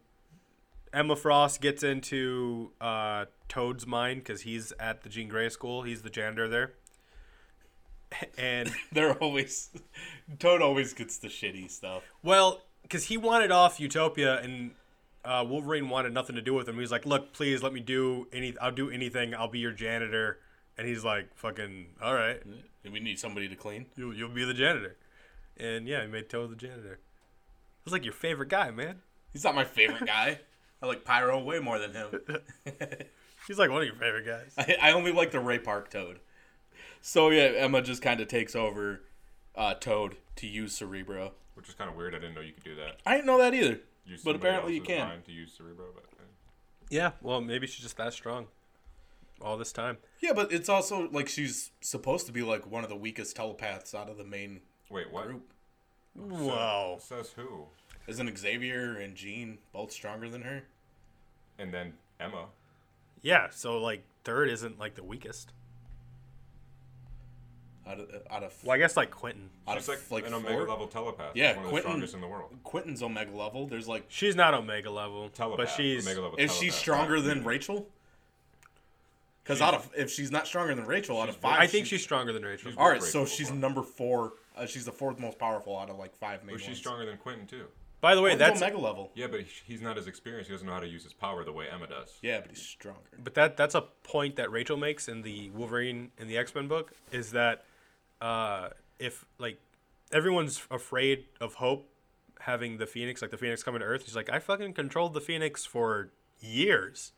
B: Emma Frost gets into uh, Toad's mind because he's at the Jean Grey school. He's the janitor there, and
C: They're always Toad always gets the shitty stuff.
B: well, because he wanted off Utopia and. Uh, Wolverine wanted nothing to do with him. He was like, "Look, please let me do any. I'll do anything. I'll be your janitor." And he's like, "Fucking all right,
C: We need somebody to clean.
B: You'll, you'll be the janitor. And yeah, he made Toad the janitor. It was like your favorite guy, man.
C: He's not my favorite guy. I like Pyro way more than him.
B: He's like one of your favorite guys.
C: I, I only like the Ray Park Toad. So yeah, Emma just kind of takes over uh, Toad to use Cerebro.
D: Which is kind of weird. I didn't know you could do that.
C: I didn't know that either.
D: Use
C: But
D: somebody
C: apparently you
D: else's
C: can.
D: mind To use Cerebro, but, uh,
B: Yeah, well, maybe she's just that strong. all this time.
C: Yeah, but it's also like she's supposed to be like one of the weakest telepaths out of the main
D: Wait, what?
C: group.
B: Wow.
D: Says who?
C: Isn't Xavier and Jean both stronger than her?
D: And then Emma.
B: Yeah, so like third isn't like the weakest.
C: Out of out of
B: Well, I guess like Quentin.
C: out
D: She's like,
C: of like
D: an
C: four?
D: omega level telepath.
C: Yeah,
D: one of
C: Quentin-
D: the strongest in the world.
C: Quentin's omega level. There's like
B: She's not Omega level,
D: Telepath.
B: but she's
D: omega level
C: is she
D: telepath.
C: stronger than Rachel? Because out of if she's not stronger than Rachel, out of five,
B: I think she's stronger than Rachel.
C: all right. So
D: Rachel
C: she's
D: before.
C: number four. Uh, she's the fourth most powerful out of like five main.
D: Or she's
C: ones.
D: stronger than Quentin too.
B: By the way,
C: Quentin's
B: that's
C: omega level.
D: Yeah, but he- he's not as experienced. He doesn't know how to use his power the way Emma does.
C: Yeah, but he's stronger.
B: but that that's a point that Rachel makes in the Wolverine in the X Men book is that uh, if like everyone's afraid of Hope having the Phoenix, like the Phoenix coming to Earth, she's like, I fucking controlled the Phoenix for years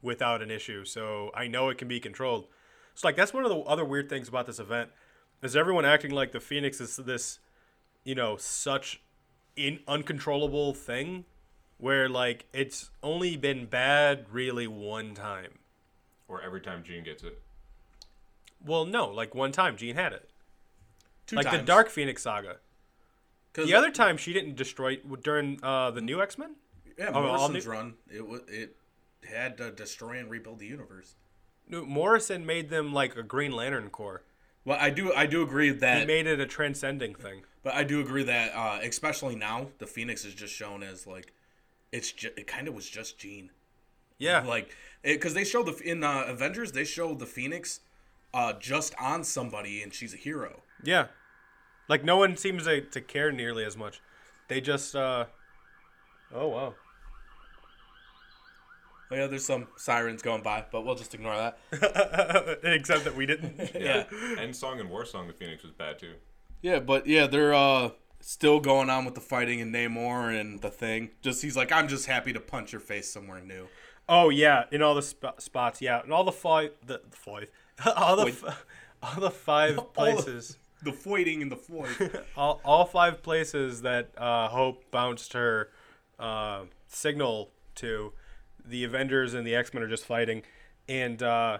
B: without an issue, so I know it can be controlled. So like that's one of the other weird things about this event is everyone acting like the Phoenix is this, you know, such in uncontrollable thing where like it's only been bad really one time.
D: Or every time Jean gets it.
B: Well, no, like one time Jean had it.
C: Two
B: like the
C: times.
B: Dark Phoenix saga.
C: 'Cause-
B: The other time she didn't destroy during uh, the new X Men.
C: yeah,
B: oh, all
C: Morrison's
B: new-
C: run it wa- it had to destroy and rebuild the universe.
B: Morrison made them like a Green Lantern Corps.
C: Well, I do I do agree
B: He
C: that
B: made it a transcending thing.
C: But I do agree that, uh, especially now, the Phoenix is just shown as like it's ju- it kind of was just Jean,
B: Yeah,
C: like because they show the in uh, Avengers they show the Phoenix uh, just on somebody and she's a hero.
B: yeah. Like no one seems to, to care nearly as much. They just. uh Oh wow.
C: Oh, yeah, there's some sirens going by, but we'll just ignore that.
B: Except that we didn't.
C: Yeah,
D: End song and war song. The Phoenix was bad too.
C: yeah, but yeah, they're uh, still going on with the fighting and Namor and the thing. Just he's like, I'm just happy to punch your face somewhere new.
B: Oh yeah, in all the sp- spots, yeah, in all the five, the, the five, all the, f- all the five places,
C: The fighting and the Floyd.
B: all, all five places that uh, Hope bounced her uh, signal to, the Avengers and the X Men are just fighting, and uh,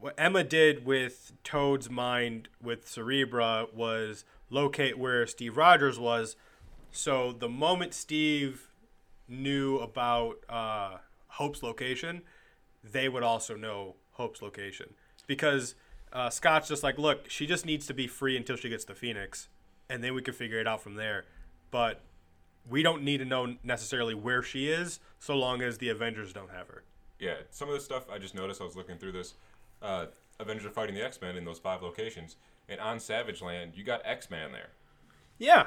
B: what Emma did with Toad's mind with Cerebra was locate where Steve Rogers was. So the moment Steve knew about uh, Hope's location, they would also know Hope's location because uh, Scott's just like, look, she just needs to be free until she gets the Phoenix, and then we can figure it out from there. But we don't need to know necessarily where she is, so long as the Avengers don't have her.
D: Yeah, some of this stuff I just noticed. I was looking through this. Uh, Avengers are fighting the X Men in those five locations, and on Savage Land, you got X Man there
B: Yeah,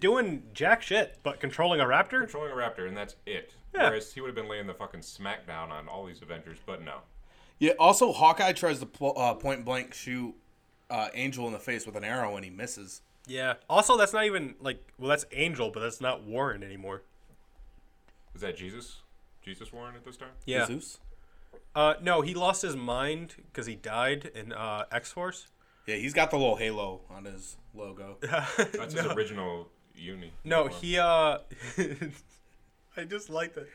B: doing jack shit, but controlling a raptor.
D: controlling a raptor, and that's it.
B: Yeah.
D: Whereas he would have been laying the fucking smackdown on all these Avengers, but no.
C: Yeah. Also, Hawkeye tries to pl- uh, point blank shoot uh, Angel in the face with an arrow, and he misses.
B: Yeah. Also, that's not even like well, that's Angel, but that's not Warren anymore.
D: Was that Jesus? Jesus Warren at this time?
B: Yeah.
C: Zeus.
B: Uh, no, he lost his mind because he died in uh, X Force.
C: Yeah, he's got the little halo on his logo.
D: That's his original uni.
B: No,
D: uniform.
B: he. uh... I just like that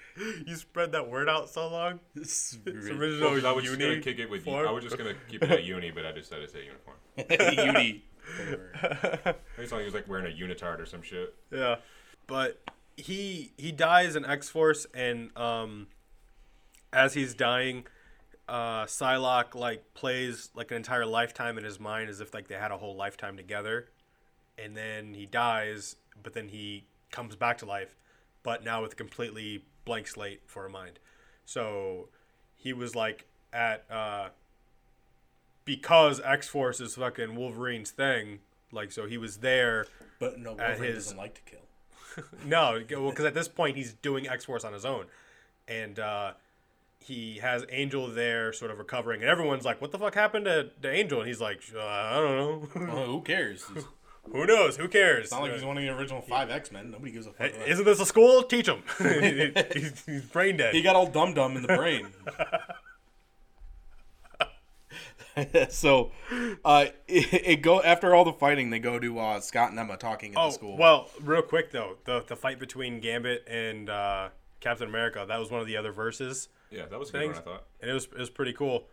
B: you spread that word out so long.
C: It's
B: original
D: Well, I Oh, was just gonna
B: uni
D: kick it with.
B: form.
D: I was just gonna keep it at uni, but I decided to say uniform. I
C: Uni.
D: think it's like he was like wearing a unitard or some shit.
B: Yeah. But he he dies in X Force, and um, as he's dying, uh, Psylocke like plays like an entire lifetime in his mind as if like they had a whole lifetime together, and then he dies, but then he comes back to life, but now with a completely blank slate for a mind. So he was like at uh, because X Force is fucking Wolverine's thing. Like so, he was there.
C: But no, Wolverine
B: his-
C: doesn't like to kill.
B: No, well, because at this point he's doing X Force on his own, and uh, he has Angel there, sort of recovering, and everyone's like, "What the fuck happened to, to Angel?" And he's like, "Uh, "I don't know.
C: Well, who cares? It's
B: Who knows? Who cares?
C: not like he's one of the original five X Men. Nobody gives a fuck. About
B: Isn't this a school? Teach him. he's, he's brain dead."
C: He got all dum dum in the brain. so, uh, it, it go after all the fighting. They go to uh, Scott and Emma talking at
B: oh,
C: the school.
B: well, real quick though, the the fight between Gambit and uh, Captain America that was one of the other verses
D: Yeah, that was a good
B: things,
D: one, I thought.
B: and it was it was pretty cool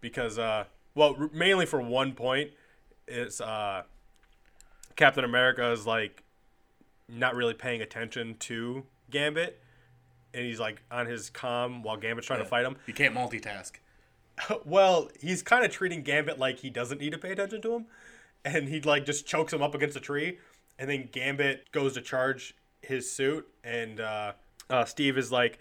B: because uh, well, r- mainly for one point, it's uh, Captain America is like not really paying attention to Gambit, and he's like on his comm while Gambit's trying to fight him.
C: You can't multitask.
B: Well, he's kind of treating Gambit like he doesn't need to pay attention to him, and he like just chokes him up against a tree, and then Gambit goes to charge his suit, and uh, uh, Steve is like,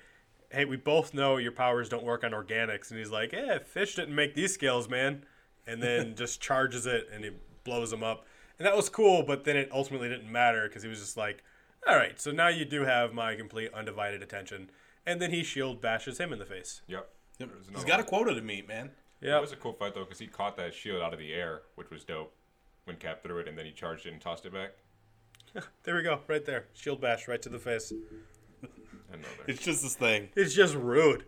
B: "Hey, we both know your powers don't work on organics," and he's like, "Yeah, fish didn't make these scales, man," and then just charges it and it blows him up, and that was cool, but then it ultimately didn't matter because he was just like, "All right, so now you do have my complete undivided attention," and then he shield bashes him in the face.
D: Yep. There was
C: He's
D: another
C: got a
D: one.
C: quota to meet, man.
B: Yeah.
D: It was a cool fight though, because he caught that shield out of the air, which was dope. When Cap threw it, and then he charged it and tossed it back.
B: There we go, right there. Shield bash right to the face.
D: And another.
C: It's just this thing.
B: It's just rude.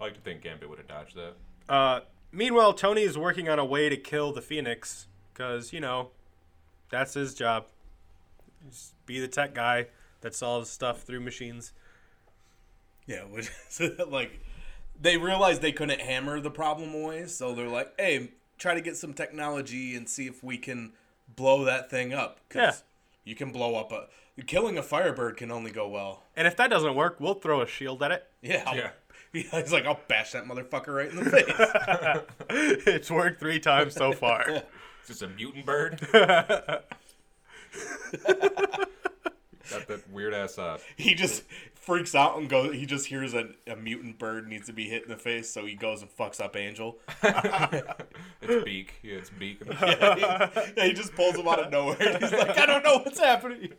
D: I like to think Gambit would have dodged that.
B: Uh, meanwhile, Tony is working on a way to kill the Phoenix because, you know, that's his job. Just be the tech guy that solves stuff through machines.
C: Yeah, which so, like they realized they couldn't hammer the problem away, so they're like, "Hey, try to get some technology and see if we can blow that thing up."
B: Yeah.
C: you can blow up a killing a firebird can only go well.
B: And if that doesn't work, we'll throw a shield at it.
C: Yeah, I'll-
D: Yeah.
C: yeah. He's like, "I'll bash that motherfucker right in the face."
B: it's worked three times so far.
D: Is this a mutant bird? got that weird ass. Uh,
C: he just freaks out and goes. He just hears a, a mutant bird needs to be hit in the face, so he goes and fucks up Angel.
D: its beak. Yeah, its beak.
C: yeah, he, he just pulls him out of nowhere. He's like, "I don't know what's happening."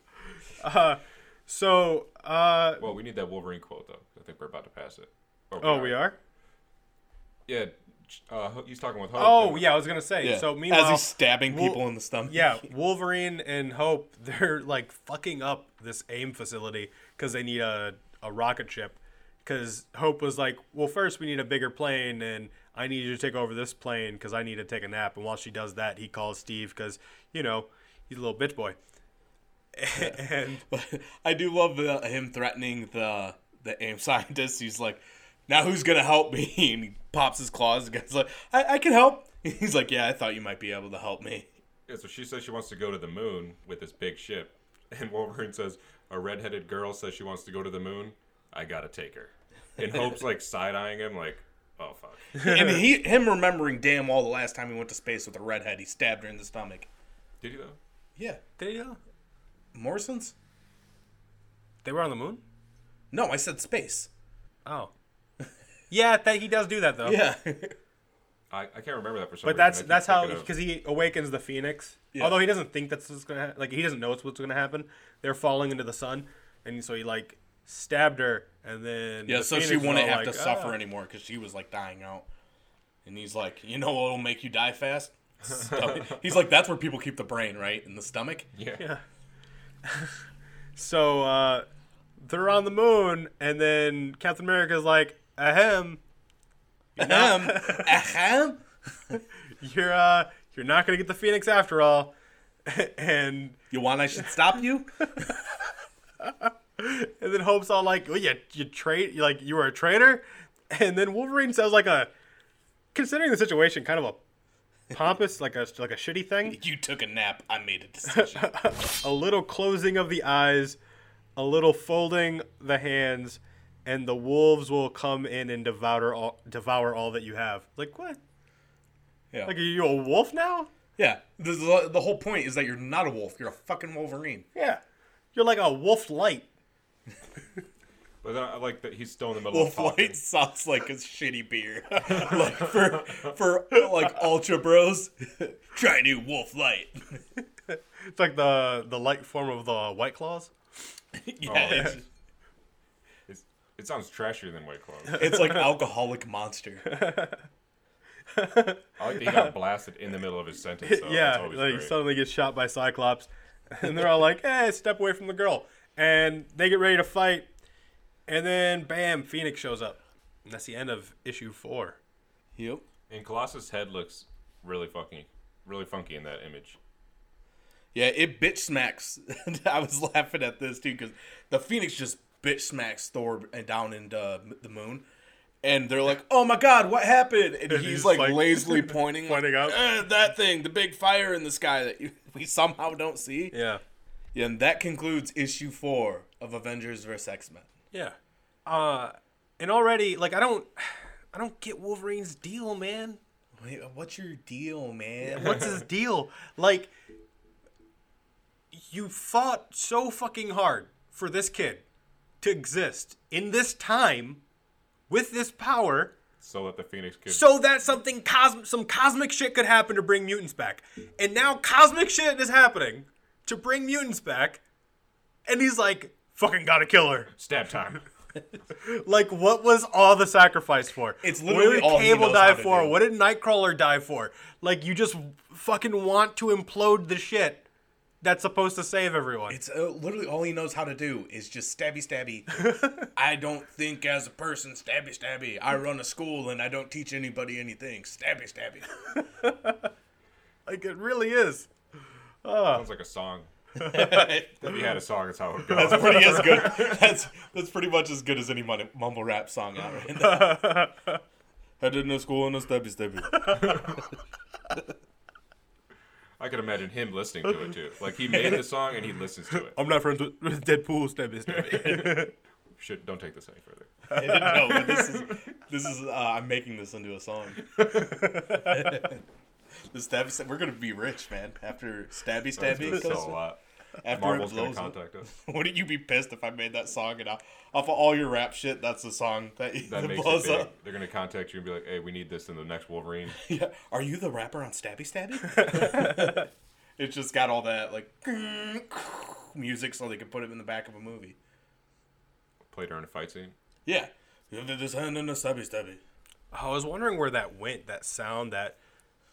B: So, uh,
D: Well, we need that Wolverine quote though. I think we're about to pass it.
B: oh, we are?
D: Yeah. Uh, he's talking with Hulk.
B: Oh,
D: and-
B: yeah, I was going to say.
C: Yeah.
B: So,
C: as
B: meanwhile,
C: he's stabbing
B: Wol-
C: people in the stomach.
B: Yeah, Wolverine and Hope, they're like fucking up this AIM facility because they need a, a rocket ship. Because Hope was like, well, first we need a bigger plane, and I need you to take over this plane because I need to take a nap. And while she does that, he calls Steve because, you know, he's a little bitch boy. and
C: I do love the, him threatening the the AIM scientist. He's like, "Now who's gonna help me?" And he pops his claws. The guy's like, "I, I can help." He's like, "Yeah, I thought you might be able to help me."
D: Yeah, so she says she wants to go to the moon with this big ship, and Wolverine says a redheaded girl says she wants to go to the moon. I gotta take her. In hopes, like side eyeing him, like, oh fuck.
C: and he him remembering damn well the last time he went to space with a redhead, he stabbed her in the stomach.
D: Did he though?
C: Yeah,
B: they, uh,
C: Morrison's?
B: they were on the moon?
C: No, I said space.
B: Oh. Yeah, that, he does do that, though.
C: Yeah,
D: I, I can't remember that for some
B: But
D: reason. I
B: that's
D: keep
B: that's how
D: thinking of-
B: because he awakens the phoenix.
C: Yeah.
B: Although he doesn't think that's what's gonna ha- like he doesn't know it's what's gonna happen. They're falling into the sun, and so he like stabbed her, and then
C: yeah.
B: the
C: So she
B: Phoenix was
C: wouldn't
B: all
C: have to
B: like,
C: suffer
B: "Ah."
C: anymore because she was like dying out. And he's like, "You know what'll make you die fast?" Stomach. he's like, "That's where people keep the brain, right? In the stomach."
D: yeah.
B: So uh, they're on the moon, and then Captain America's like, "Ahem,
C: Ahem. Ahem.
B: you're uh, you're not gonna get the phoenix after all," and
C: You want I should stop you?
B: And then Hope's all like, "Oh yeah, you trade like you were a traitor," and then Wolverine sounds like a, considering the situation, kind of a pompous, like a like a shitty thing.
C: you took a nap. I made a decision.
B: A little closing of the eyes, a little folding the hands, and the wolves will come in and devour all devour all that you have. Like what?
C: Yeah.
B: Like are you a wolf now?
C: yeah. The, the, the whole point is that you're not a wolf. You're a fucking Wolverine.
B: Yeah, you're like a wolf light.
D: But then I like that he's still in the middle
C: Wolf
D: of talking.
C: Light sounds like a shitty beer. like for for like Ultra Bros. Try new Wolf Light.
B: It's like the the light form of the white claws.
C: yeah.
D: Oh, yeah.
C: It's,
D: It's, it sounds trashier than White Claw.
C: it's like alcoholic monster.
D: I like that he got blasted in the middle of his sentence. Though. Oh, That's
B: yeah,
D: always
B: like
D: great.
B: suddenly gets shot by Cyclops, and they're all like, "Hey, step away from the girl!" And they get ready to fight, and then bam, Phoenix shows up. And that's the end of issue four.
E: Yep.
D: And Colossus' head looks really fucking, really funky in that image.
C: Yeah, it bitch smacks. I was laughing at this too because the Phoenix just bitch smacks Thor and down into the moon,
E: and they're like, "Oh my God, what happened?" And, he's,
B: he's
E: like,
B: like-
E: lazily pointing,
B: Pointing
E: like,
B: up.
E: "Eh, that thing, the big fire in the sky that you, we somehow don't see.
B: Yeah.
C: And that concludes issue four of Avengers vs. X Men.
B: Yeah. Uh, and already, like, I don't, I don't get Wolverine's deal, man.
C: Wait, uh, what's your deal, man?
B: What's his deal? Like, you fought so fucking hard for this kid to exist in this time with this power
D: So let the Phoenix kid.
B: so that something cosmic some cosmic shit could happen to bring mutants back. And now cosmic shit is happening to bring mutants back. And he's like, fucking gotta kill her.
D: stab time.
B: Like, what was all the sacrifice for?
C: It's literally
B: what did
C: all he
B: Cable
C: knows
B: die
C: how to
B: for?
C: do.
B: What did Nightcrawler die for? Like, you just fucking want to implode the shit that's supposed to save everyone.
C: It's uh, literally all he knows how to do is just stabby stabby. I don't think as a person stabby stabby. I run a school and I don't teach anybody anything. Stabby stabby.
B: like, it really is.
D: Sounds like a song. if you had a song, that's how it would go.
C: pretty as good. That's that's pretty much as good as any mon- mumble rap song out right now. Headed into school and a stabby stabby.
D: I could imagine him listening to it too. Like he made the song and he listens to it.
B: I'm not friends with, with Deadpool, stabby, stabby.
D: Shit, don't take this any further.
C: no, but this is this is uh, I'm making this into a song. the stabby stabby. We're gonna be rich, man. After stabby
D: That's
C: stabby
D: gonna
C: goes,
D: sell a lot.
C: after
D: uh, Marvel's
C: it
D: gonna
C: blows.
D: contact us.
C: Wouldn't you be pissed if I made that song and I, off of all your rap shit, that's the song that,
D: That
C: that
D: makes
C: blows
D: it big.
C: up?
D: They're gonna contact you and be like, "Hey, we need this in the next Wolverine."
C: Yeah. Are you the rapper on Stabby Stabby? it's just got all that like music so they could put it in the back of a movie.
D: Play during a fight scene.
C: Yeah. This hand in a stabby stabby.
B: I was wondering where that went, that sound, that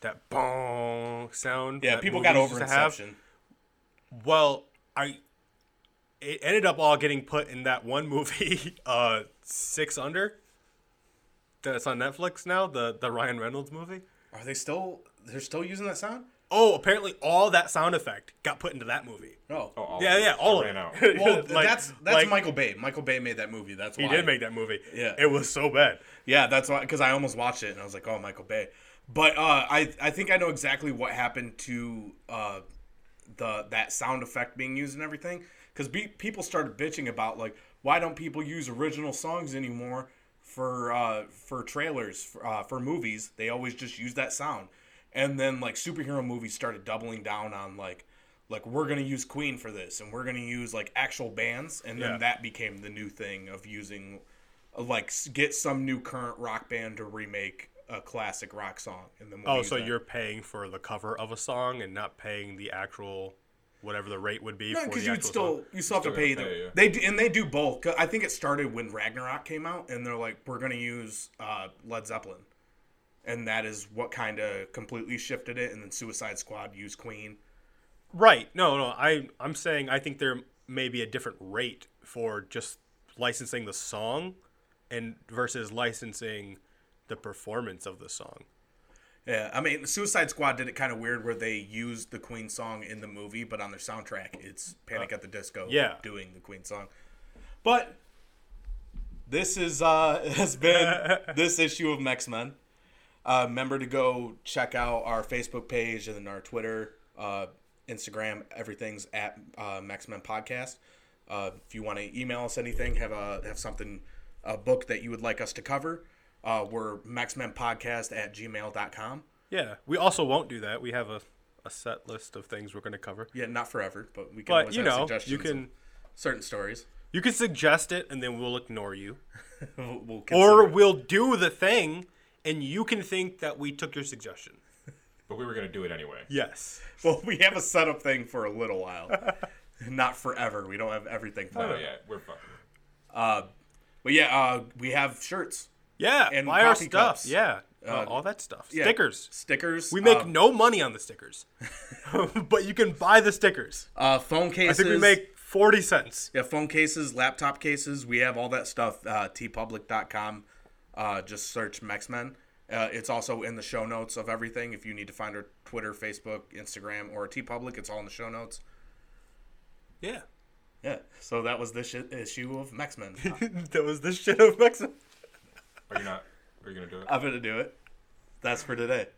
B: that bong sound.
C: Yeah,
B: that
C: people got
B: movies
C: over
B: used to have.
C: Inception.
B: Well, I it ended up all getting put in that one movie, uh, Six Under. That's on Netflix now. The the Ryan Reynolds movie.
C: Are they still? They're still using that sound?
B: Oh, apparently all that sound effect got put into that movie.
C: No.
D: Oh, all
B: Yeah,
D: of it.
B: yeah, all
D: It
B: of
D: ran out.
B: it.
C: Well,
B: Like-
C: that's that's
B: like,
C: Michael Bay. Michael Bay made that movie. That's why
B: He did make that movie.
C: Yeah.
B: it was so bad.
C: Yeah, that's why because I almost watched it and I was like, oh, Michael Bay. But uh, I I think I know exactly what happened to uh, the that sound effect being used and everything because be- people started bitching about like why don't people use original songs anymore for uh, for trailers for, uh, for movies? They always just use that sound. And then like superhero movies started doubling down on like like we're gonna use Queen for this and we're gonna use like actual bands and then
B: Yeah.
C: that became the new thing of using like s- get some new current rock band to remake a classic rock song and then we'll
B: Oh,
C: use
B: so
C: that.
B: you're paying for the cover of a song and not paying the actual whatever the rate would be
C: no
B: for
C: because
B: the
C: you'd
B: actual
C: still
B: song.
C: you still have to
D: Still
C: pay,
D: gotta
C: them.
D: pay, yeah.
C: They do, and they do both. 'Cause I think it started when Ragnarok came out, and they're like, we're gonna use uh, Led Zeppelin, and that is what kind of completely shifted it. And then Suicide Squad used Queen.
B: Right. No, no. I I'm saying I think there may be a different rate for just licensing the song and versus licensing the performance of the song.
C: Yeah, I mean, Suicide Squad did it kind of weird where they used the Queen song in the movie, but on their soundtrack, it's Panic at the Disco
B: yeah.
C: doing the Queen song. But this is uh has been this issue of X Men. Uh, remember to go check out our Facebook page and then our Twitter, uh, Instagram. Everything's at uh, X Men Podcast. Uh, if you want to email us anything, have a have something, a book that you would like us to cover, uh, we're Podcast at gmail.com.
B: Yeah. We also won't do that. We have a, a set list of things we're going to cover.
C: Yeah, not forever, but we can
B: But
C: always
B: you
C: have
B: know,
C: suggestions.
B: you
C: of
B: can
C: certain stories.
B: you can suggest it and then we'll ignore you
C: We'll, we'll consider
B: or
C: it.
B: we'll do the thing and you can think that we took your suggestion.
D: But we were gonna do it anyway.
B: Yes.
C: well, we have a setup thing for a little while, not forever. We don't have everything planned.
D: Oh yeah, we're fucking.
C: But yeah, uh, we have shirts,
B: Yeah.
C: And
B: buy our
C: coffee
B: stuff.
C: cups.
B: Yeah. Uh, all that stuff.
C: yeah,
B: Stickers.
C: stickers.
B: We make
C: uh,
B: no money on the stickers, but you can buy the stickers.
C: uh, phone
B: I
C: cases.
B: think we make forty cents.
C: yeah phone cases, laptop cases. We have all that stuff. Uh, tpublic.com. Uh, just search Mexmen. Uh, it's also in the show notes of everything. If you need to find our Twitter, Facebook, Instagram, or tpublic, it's all in the show notes.
B: Yeah,
C: Yeah. So that was this shi- issue of Mexmen.
B: that was this shit of Mexico.
D: Are you not? Are you gonna do it?
C: I'm gonna do it. That's for today.